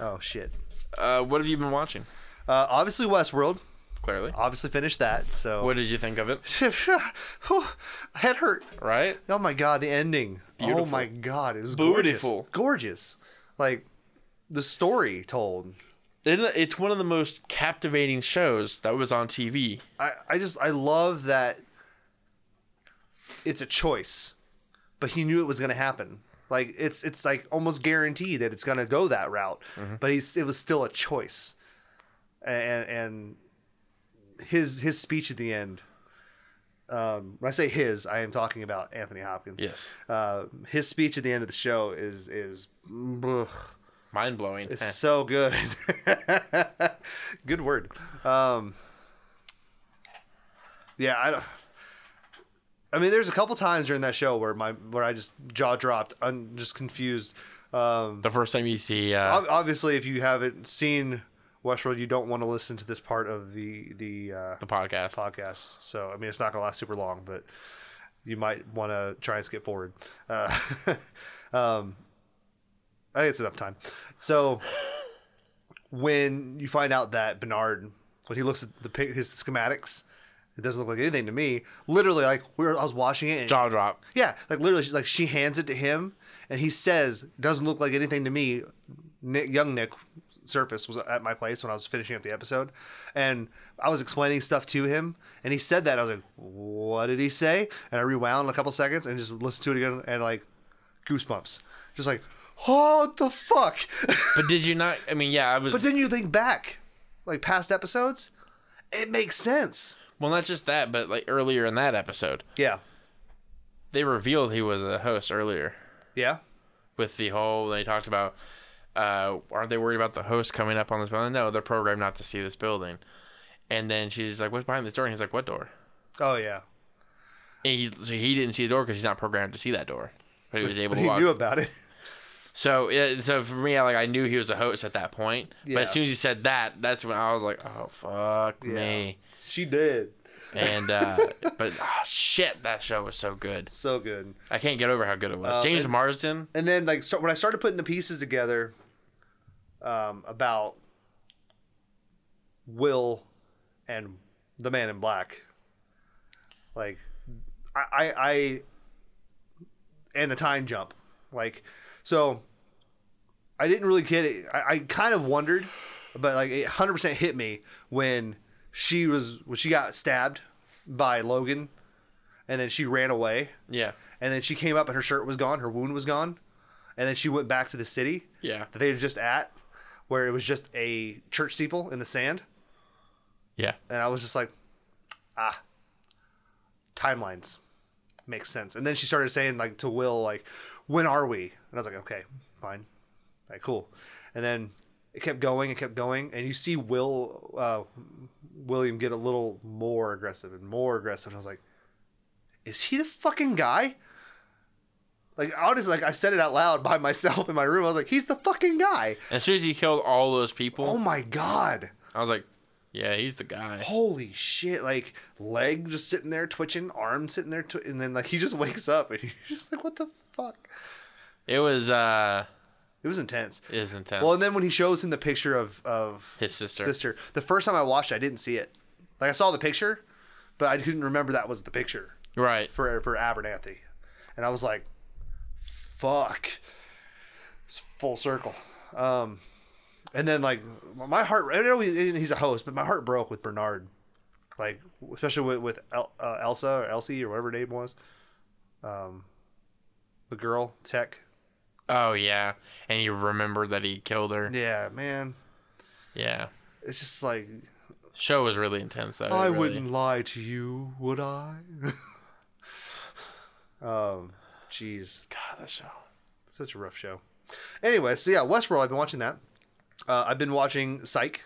Oh shit.
Uh, what have you been watching?
Uh, obviously Westworld.
Clearly.
Obviously finished that. So
What did you think of it?
head hurt.
Right?
Oh my god, the ending.
Beautiful.
Oh my god, it was
Beautiful.
gorgeous. Gorgeous. Like the story told.
Isn't it- It's one of the most captivating shows that was on TV.
I, I just I love that it's a choice. But he knew it was gonna happen. Like it's it's like almost guaranteed that it's gonna go that route.
Mm-hmm.
But he's it was still a choice. And and his his speech at the end. Um, when I say his, I am talking about Anthony Hopkins.
Yes.
Uh, his speech at the end of the show is is ugh.
Mind blowing.
It's so good. good word. Um, yeah, I don't. I mean, there's a couple times during that show where my where I just jaw dropped, un, just confused. Um,
The first time you see uh,
ob- obviously, if you haven't seen Westworld, you don't want to listen to this part of the the uh,
the podcast.
podcast. So I mean, it's not gonna last super long, but you might want to try and skip forward. Uh, um, I think it's enough time. So when you find out that Bernard, when he looks at the pic- his schematics, it doesn't look like anything to me. Literally, like we were, I was watching it. And,
Jaw drop.
yeah, like literally, she- like she hands it to him, and he says, "Doesn't look like anything to me." Nick, young Nick Surface was at my place when I was finishing up the episode, and I was explaining stuff to him, and he said that I was like, "What did he say?" And I rewound a couple seconds and just listened to it again, and like goosebumps, just like, "Oh what the fuck!"
But did you not? I mean, yeah, I was.
but then you think back, like past episodes, it makes sense.
well, not just that, but like earlier in that episode,
Yeah,
they revealed he was a host earlier
yeah,
with the whole. They talked about. Uh, aren't they worried about the host coming up on this building? No, they're programmed not to see this building. And then she's like, "What's behind this door?" And he's like, "What door?"
oh yeah.
And he, so he didn't see the door because he's not programmed to see that door, but he was able
But
to
he
walk.
knew about it.
So, yeah, so for me, I, like I knew he was a host at that point. But
Yeah.
as soon as he said that, that's when I was like, "Oh fuck me!"
She did.
And uh, but ah, shit, that show was so good.
So good.
I can't get over how good it
Oh,
was. James Marsden,
and then like so when I started putting the pieces together um, about Will and the Man in Black, like I, I I and the time jump, like so I didn't really get it. I, I kind of wondered, but like it 100% hit me when she was when she got stabbed by Logan, and then she ran away
yeah,
and then she came up and her shirt was gone, her wound was gone, and then she went back to the city
yeah,
that they were just at, where it was just a church steeple in the sand,
yeah.
and I was just like, ah, timelines makes sense. And then she started saying like to Will like, when are we? And I was like, okay, fine, like cool, and then. It kept going, it kept going, and you see Will uh, William get a little more aggressive and more aggressive. And I was like, is he the fucking guy? Like honestly, like I said it out loud by myself in my room. I was like, he's the fucking guy.
As soon as he killed all those
Oh
people,
my god.
I was like, "Yeah, he's the guy."
Holy shit. Like leg just sitting there twitching, arm sitting there twi- and then like he just wakes up and you're just like, what the fuck?
It was uh,
It was intense.
it was intense.
Well, and then when he shows him the picture of of
his sister.
sister, the first time I watched it, I didn't see it. Like I saw the picture, but I didn't remember that was the picture.
right?
for for Abernathy, and I was like, "Fuck!" It's full circle. Um, and then like my heart, I know he- he's a host, but my heart broke with Bernard, like especially with with El, uh, Elsa or Elsie or whatever her name was, um, the girl Tech.
Oh yeah, and you remembered that he killed her.
Yeah, man,
Yeah,
it's just like
show was really intense though. it Oh,
I
really-
wouldn't lie to you, would I? um, jeez.
God, that show.
Such a rough show. Anyway, so yeah, Westworld. I've been watching that. Uh, I've been watching Psych,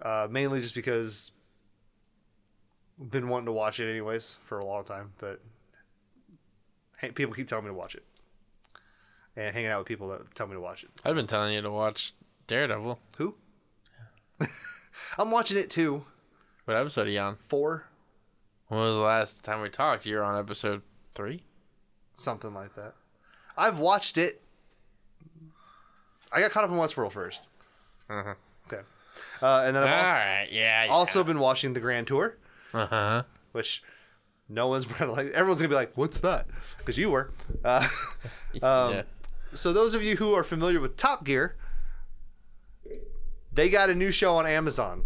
uh, mainly just because I've been wanting to watch it anyways for a long time. But hey, people keep telling me to watch it, and hanging out with people that tell me to watch it.
I've been telling you to watch Daredevil.
Who? I'm watching it too.
What episode are you on?
Four,
When was the last time we talked? You're on episode three.
something like that. I've watched it. I got caught up in Westworld 1st Okay. Uh, and then I've
All
also,
right, yeah. yeah.
also been watching the Grand Tour.
Uh-huh.
Which no one's gonna like. Everyone's gonna be like, "What's that?" Because you were. Uh, Um,
yeah.
so those of you who are familiar with Top Gear, they got a new show on Amazon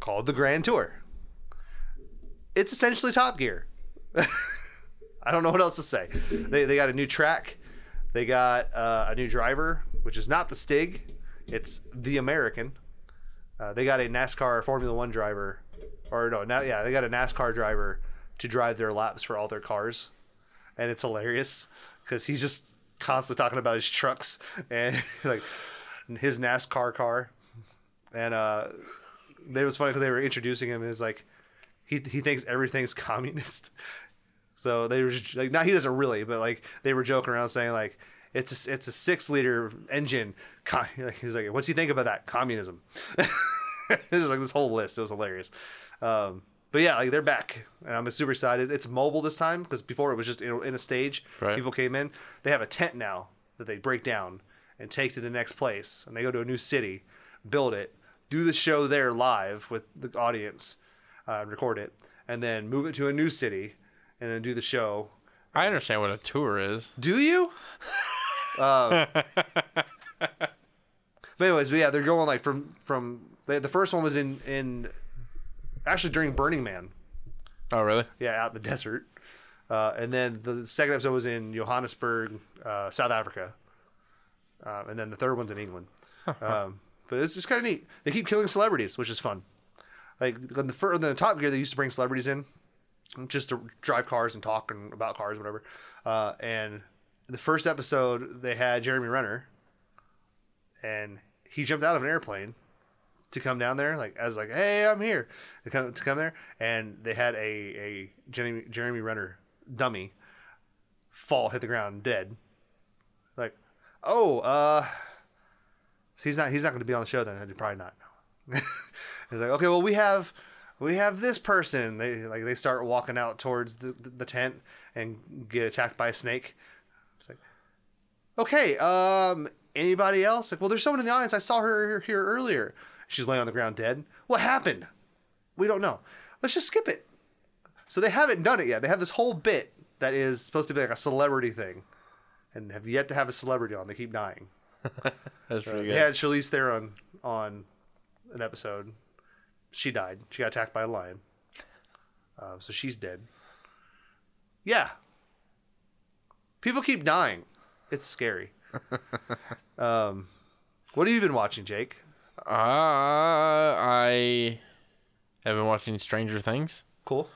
called The Grand Tour. It's essentially Top Gear. I don't know what else to say. They, they got a new track. They got uh, a new driver, which is not the Stig, it's the American. Uh, they got a NASCAR Formula One driver, or no, now yeah, they got a NASCAR driver to drive their laps for all their cars and it's hilarious because he's just constantly talking about his trucks and like his NASCAR car. And uh, it was funny because they were introducing him, and it's like he he thinks everything's communist. So they were just, like, not he doesn't really, but like they were joking around saying like it's a, it's a six liter engine. Co- like, he's like, what's he think about that communism? It's just like this whole list. It was hilarious. Um, but yeah, like they're back, and I'm super excited. It's mobile this time because before it was just in, in a stage.
Right.
People came in. They have a tent now that they break down and take to the next place, and they go to a new city, build it, do the show there live with the audience, uh, record it, and then move it to a new city, and then do the show.
I understand what a tour is.
Do you? But anyways, but yeah, they're going like from from they, the first one was in in actually during Burning Man.
Oh, really?
yeah, out in the desert. Uh, and then the second episode was in Johannesburg, uh, South Africa. Uh, and then the third one's in England. um, but it's just kind of neat. They keep killing celebrities, which is fun. Like on the, fir- on the Top Gear, they used to bring celebrities in just to drive cars and talk and about cars, whatever. Uh, and the first episode, they had Jeremy Renner, and he jumped out of an airplane to come down there, like as like, hey, I'm here to come to come there, and they had a a Jeremy, Jeremy Renner dummy fall, hit the ground, dead. Like, oh, uh, so he's not he's not going to be on the show then. Probably not. he's like, okay, well we have we have this person. They like they start walking out towards the the tent and get attacked by a snake. It's like, okay, um, anybody else? Like, well, there's someone in the audience. I saw her here earlier. She's laying on the ground dead. What happened? We don't know. Let's just skip it. So they haven't done it yet. They have this whole bit that is supposed to be like a celebrity thing, and have yet to have a celebrity on. They keep dying.
That's pretty
Yeah,
good.
They had Charlize Theron on an episode. She died. She got attacked by a lion. Um, so she's dead. Yeah. People keep dying. It's scary. um, what have you been watching, Jake?
Uh, I have been watching Stranger Things.
Cool.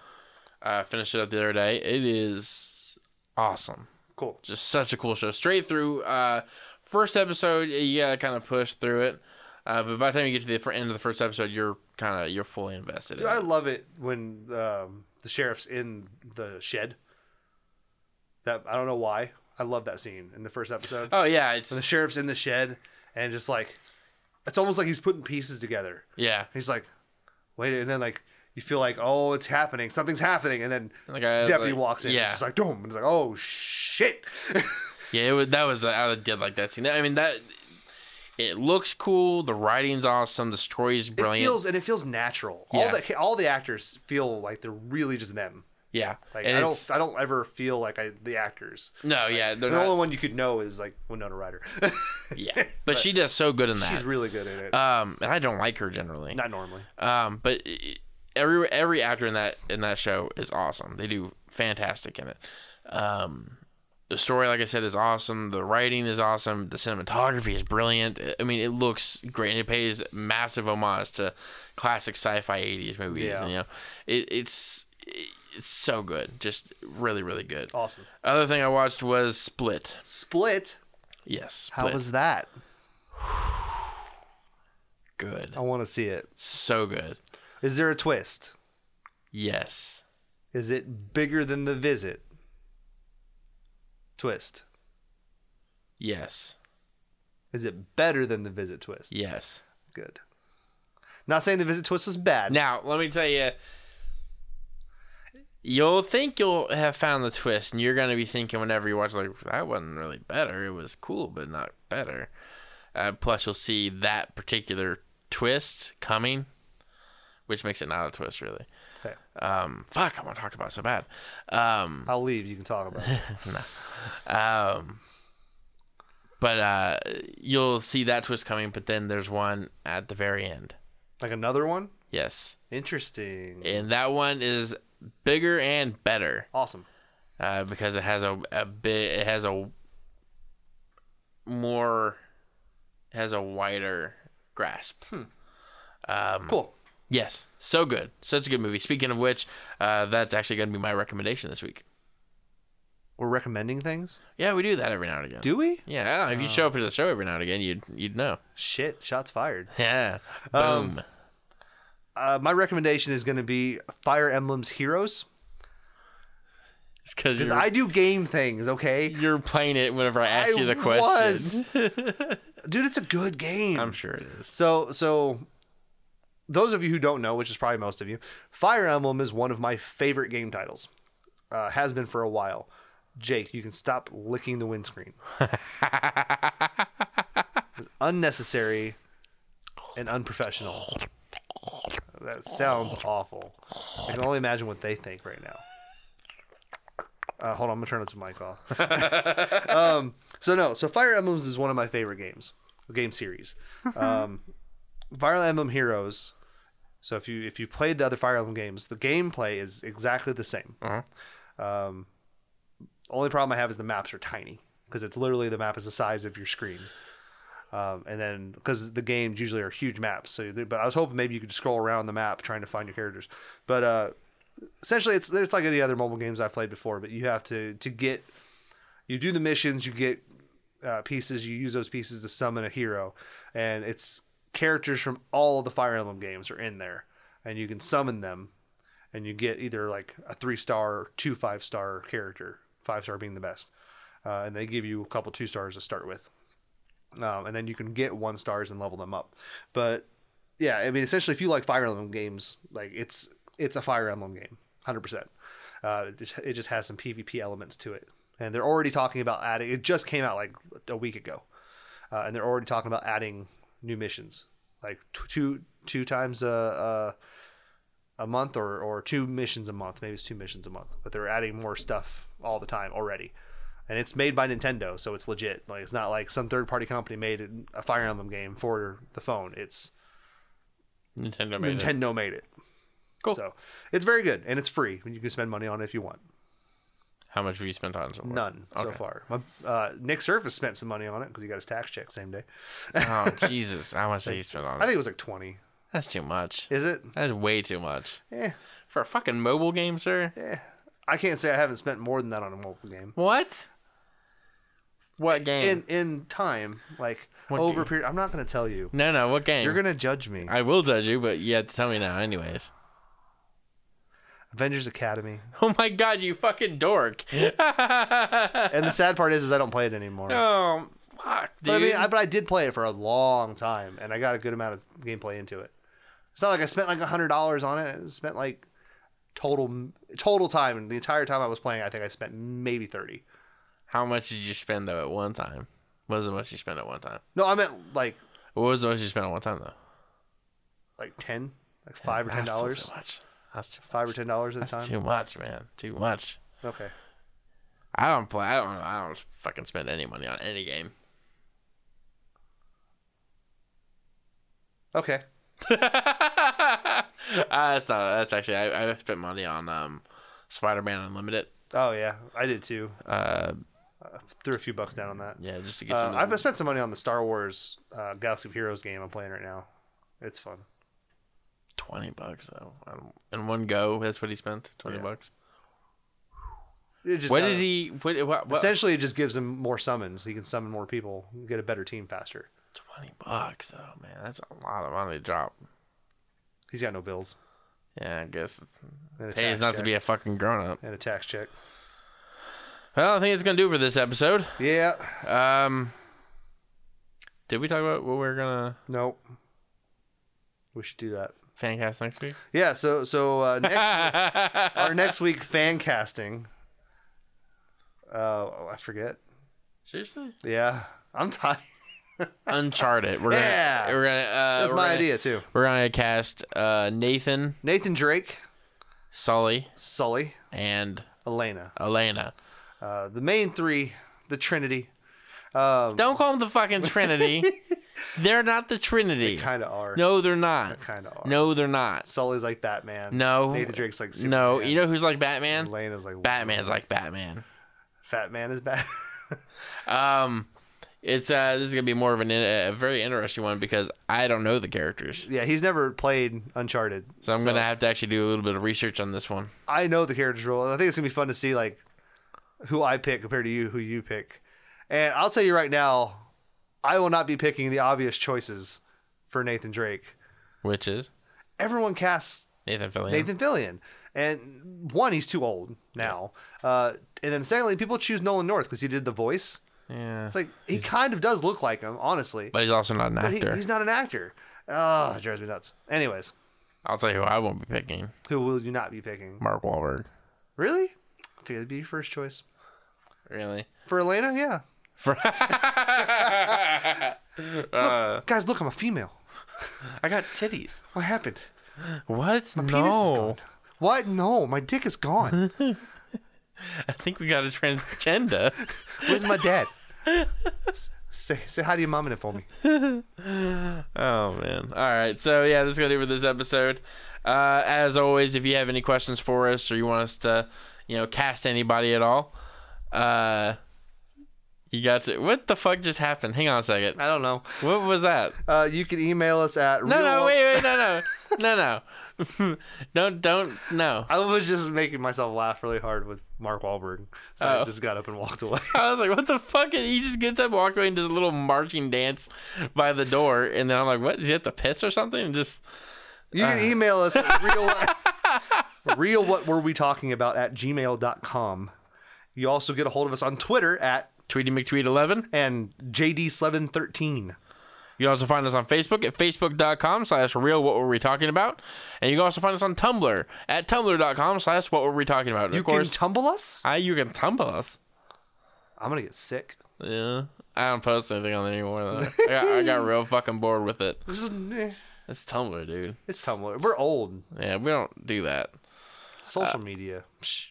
I finished it up the other day. It is awesome.
Cool.
Just such a cool show. Straight through. Uh, first episode, you gotta kind of push through it. Uh, but by the time you get to the fr- end of the first episode, you're kind of you're fully invested.
Dude,
in
I
it.
love it when um, the sheriff's in the shed. That I don't know why. I love that scene in the first episode.
Oh yeah, it's
the sheriff's in the shed and just like it's almost like he's putting pieces together.
yeah.
He's like, wait, and then like you feel like, oh, it's happening, something's happening, and then
The guy was
deputy
like-
walks in,
Yeah,
it's like, boom, and it's like, oh shit,
Yeah, it was, that was I did like that scene. I mean that it looks cool. The writing's awesome. The story's
it
brilliant.
feels and it feels natural. All
Yeah.
the all the actors feel like they're really just them.
yeah,
Like
and
I
it's
don't I don't ever feel like I the acters.
no, yeah, they're
The
not,
only one you could know is like Winona Ryder.
yeah, but, she does so good in that.
She's really good at it.
um, and I don't like her generally.
Not normally.
Um, but i- every every actor in that in that show is awesome. They do fantastic in it. Um, the story, like I said, is awesome. The writing is awesome. The cinematography is brilliant. I- I mean, it looks great. And it pays massive homage to classic sci-fi '80s movies.
Yeah.
And, you know, it, it's it's so good. Just really, really good.
Awesome.
Other thing I watched was Split.
Split.
Yes, Split.
How was that?
good?
I want to see it.
So good.
Is there a twist?
Yes.
Is it bigger than the visit? Twist.
Yes.
Is it better than the visit twist?
Yes.
Good. Not saying the visit twist was bad.
Now, let me tell you, You'll think you'll have found the twist, and you're gonna be thinking whenever you watch, like that wasn't really better. It was cool, but not better. Uh, plus, you'll see that particular twist coming, which makes it not a twist, really.
Okay.
Um, fuck, I want to talk about it so bad. Um,
I'll leave. You can talk about it.
um, but uh, you'll see that twist coming, but then there's one at the very end.
Like another one?
Yes,
Interesting.
and that one is bigger and better.
Awesome.
uh, because it has a, a bit it has a more it has a wider grasp Um,
Cool.
yes so good such a good movie speaking of which uh, that's actually going to be my recommendation this week
We're recommending things?
yeah we do that every now and again
Do we?
yeah I don't know, if you show up to the show every now and again you'd you'd know
Shit. Shots fired.
yeah boom
Uh, my recommendation is going to be Fire Emblem's Heroes.
because
Because
you're,
I do game things, okay?
you're playing it whenever I ask
I
you the question
Dude, it's a good game.
I'm sure it is
So, so those of you who don't know, which is probably most of you, Fire Emblem is one of my favorite game titles. Uh, has been for a while. Jake, you can stop licking the windscreen. It's unnecessary and unprofessional. That sounds awful. I can only imagine what they think right now. Uh, hold on, I'm gonna turn this mic off. So no, so Fire Emblems is one of my favorite games, game series. Um, Fire Emblem Heroes. So if you if you played the other Fire Emblem games, the gameplay is exactly the same. Um, only problem I have is the maps are tiny because it's literally the map is the size of your screen. Um, and then because the games usually are huge maps, so they- but I was hoping maybe you could scroll around the map trying to find your characters. But uh, essentially, it's it's like any other mobile games I've played before. But you have to to get you do the missions, you get uh, pieces, you use those pieces to summon a hero, and it's characters from all of the Fire Emblem games are in there, and you can summon them, and you get either like a three star, or two five star character, five star being the best, uh, and they give you a couple two stars to start with, um, and then you can get one stars and level them up, but yeah, I mean, essentially, if you like Fire Emblem games, like it's it's a Fire Emblem game, hundred percent. Uh, it just- it just has some PvP elements to it, and they're already talking about adding. It just came out like a week ago, uh, and they're already talking about adding new missions, like tw- two two times a a, a month or or two missions a month. Maybe it's two missions a month, but they're adding more stuff all the time already. And it's made by Nintendo, so it's legit. Like it's not like some third party company made a Fire Emblem game for the phone. It's
Nintendo made it
Nintendo made it.
Cool.
So it's very good and it's free. You can spend money on it if you want.
how much have you spent on it so far?
None so far. My, uh, Nick Surface spent some money on it because he got his tax check same day.
oh Jesus how much have you spent on
I
it
think it was like twenty.
that's too much
Is it?
that's way too much
Eh,
For a fucking mobile game, sir?
I can't say I haven't spent more than that on a mobile game.
What? What game?
In in time, like
Hmm. What
over
game?
period. I'm not gonna tell you.
no, no, what game?
You're gonna judge me.
I will judge you, but you have to tell me now, anyways.
Avengers Academy.
Oh my god, you fucking dork.
And the sad part is, is I don't play it anymore.
oh, fuck, dude.
But I mean, I, but I did play it for a long time, and I got a good amount of gameplay into it. It's not like I spent like hundred dollars on it. I spent like total total time, and the entire time I was playing, I think I spent maybe thirty.
How much did you spend, though, at one time? What was the most you spent at one time?
No, I meant like
What was the most you spent at one time, though?
like ten, like five or ten
That's still
dollars,
Too much. That's too,
five or ten dollars at a
that's
time.
too much, man. Too much.
Okay,
I don't play. I don't. I don't fucking spend any money on any game.
okay.
uh, that's not. That's actually. I, I spent money on um, Spider Man Unlimited.
Oh yeah, I did too.
Uh,
Threw a few bucks down on that.
yeah, just to get
Uh,
some. of
I've
the-
spent some money on the Star Wars uh, Galaxy of Heroes game I'm playing right now. It's fun.
twenty bucks though. I don't- In one go, that's what he spent. Twenty
Yeah.
bucks.
It just
What
kinda-
did he? What? What? what
Essentially, it just gives him more summons. He can summon more people, get a better team faster.
twenty bucks though, man. That's a lot of money to drop.
He's got no bills.
Yeah, I guess it's-
And a
pays
tax
not to
check.
be a fucking grown up.
And a tax check.
Well, I think it's gonna do for this episode.
Yeah.
Um, did we talk about what we are gonna?
Nope. We should do that.
Fan cast next week.
Yeah, so so uh, next our next week fan casting. Uh, I forget.
Seriously?
Yeah, I'm tired.
Uncharted. We're
Yeah.
gonna. We're gonna. Uh,
That's
we're
my
gonna-
idea too.
We're gonna cast uh, Nathan,
Nathan Drake,
Sully,
Sully,
and
Elena.
Elena.
Uh, the main three, the Trinity. Um,
Don't call them the fucking Trinity. they're not the Trinity.
kind of are.
No, they're not.
Kinda are.
No, they're not.
Sully's like Batman.
No.
Nathan Drake's like Superman.
No, you know who's like Batman?
Elena's like
Batman's like Batman.
Fat Man is bad.
Um, it's uh, this is gonna be more of an in- a very interesting one because I don't know the characters,
yeah, he's never played Uncharted.
so I'm gonna have to actually do a little bit of research on this one.
I know the characters role. I think it's gonna be fun to see like who I pick compared to you, who you pick. And I'll tell you right now, I will not be picking the obvious choices for Nathan Drake.
Which is
Everyone casts
Nathan Fillion.
Nathan Fillion, and one, he's too old now. Uh, and then secondly, people choose Nolan North because he did the voice.
yeah,
It's like he kind of does look like him, honestly,
but he's also not an
but he,
actor.
he's not an actor. Ah, it drives me nuts. Anyways,
I'll tell you who I won't be picking:
who will you not be picking?
Mark Wahlberg.
Really? I figured it'd be your first choice
Really?
for Elena. Yeah,
For- Uh,
guys, look, I'm a female.
I got titties.
What happened?
What?
Penis is
no.
gone. What? No, my dick is gone.
I think we got a transgender.
Where's my dad? S- Say, say hi to your mom and it for me.
Oh man. All right. So yeah, this is gonna do for this episode. Uh, as always, if you have any questions for us or you want us to, you know, cast anybody at all, uh, you got to. What the fuck just happened? Hang on a second.
I don't know.
What was that?
Uh, you can email us at
No,
real
no,
lo-
wait, wait, no, no, no, no. don't, don't, no.
I was just making myself laugh really hard with Mark Wahlberg, so I
Oh.
just got up and walked away.
I was like, what the fuck? And he just gets up, walks away, and does a little marching dance by the door. And then I'm like, what? Is he at the piss or something? And just
You can email us at real, real what were we talking about at gmail.com. You also get a hold of us on Twitter at
Tweety McTweet 11.
and JD713.
You can also find us on Facebook at facebook.com slash real what were we talking about. And you can also find us on Tumblr at tumblr.com slash what were we talking about.
You
of course,
can tumble us?
I, you can tumble us.
I'm going to get sick.
Yeah. I don't post anything on there anymore, though. I, got, I got real fucking bored with it.
This is- eh,
It's Tumblr, dude.
It's Tumblr. We're old.
Yeah, we don't do that.
Social media. Psh.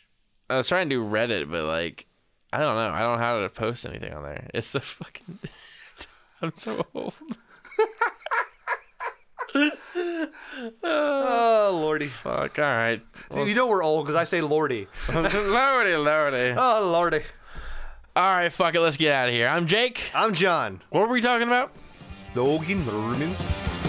I was trying to do Reddit, but like, I don't know. I don't know how to post anything on there. It's the fucking. I'm so old.
Oh, Lordy.
Fuck. All right.
you know we're old because I say Lordy.
lordy, lordy. All
Oh, Lordy.
right. Fuck it. Let's get out of here. I'm Jake.
I'm John.
What were we talking about?
Logan Lerman.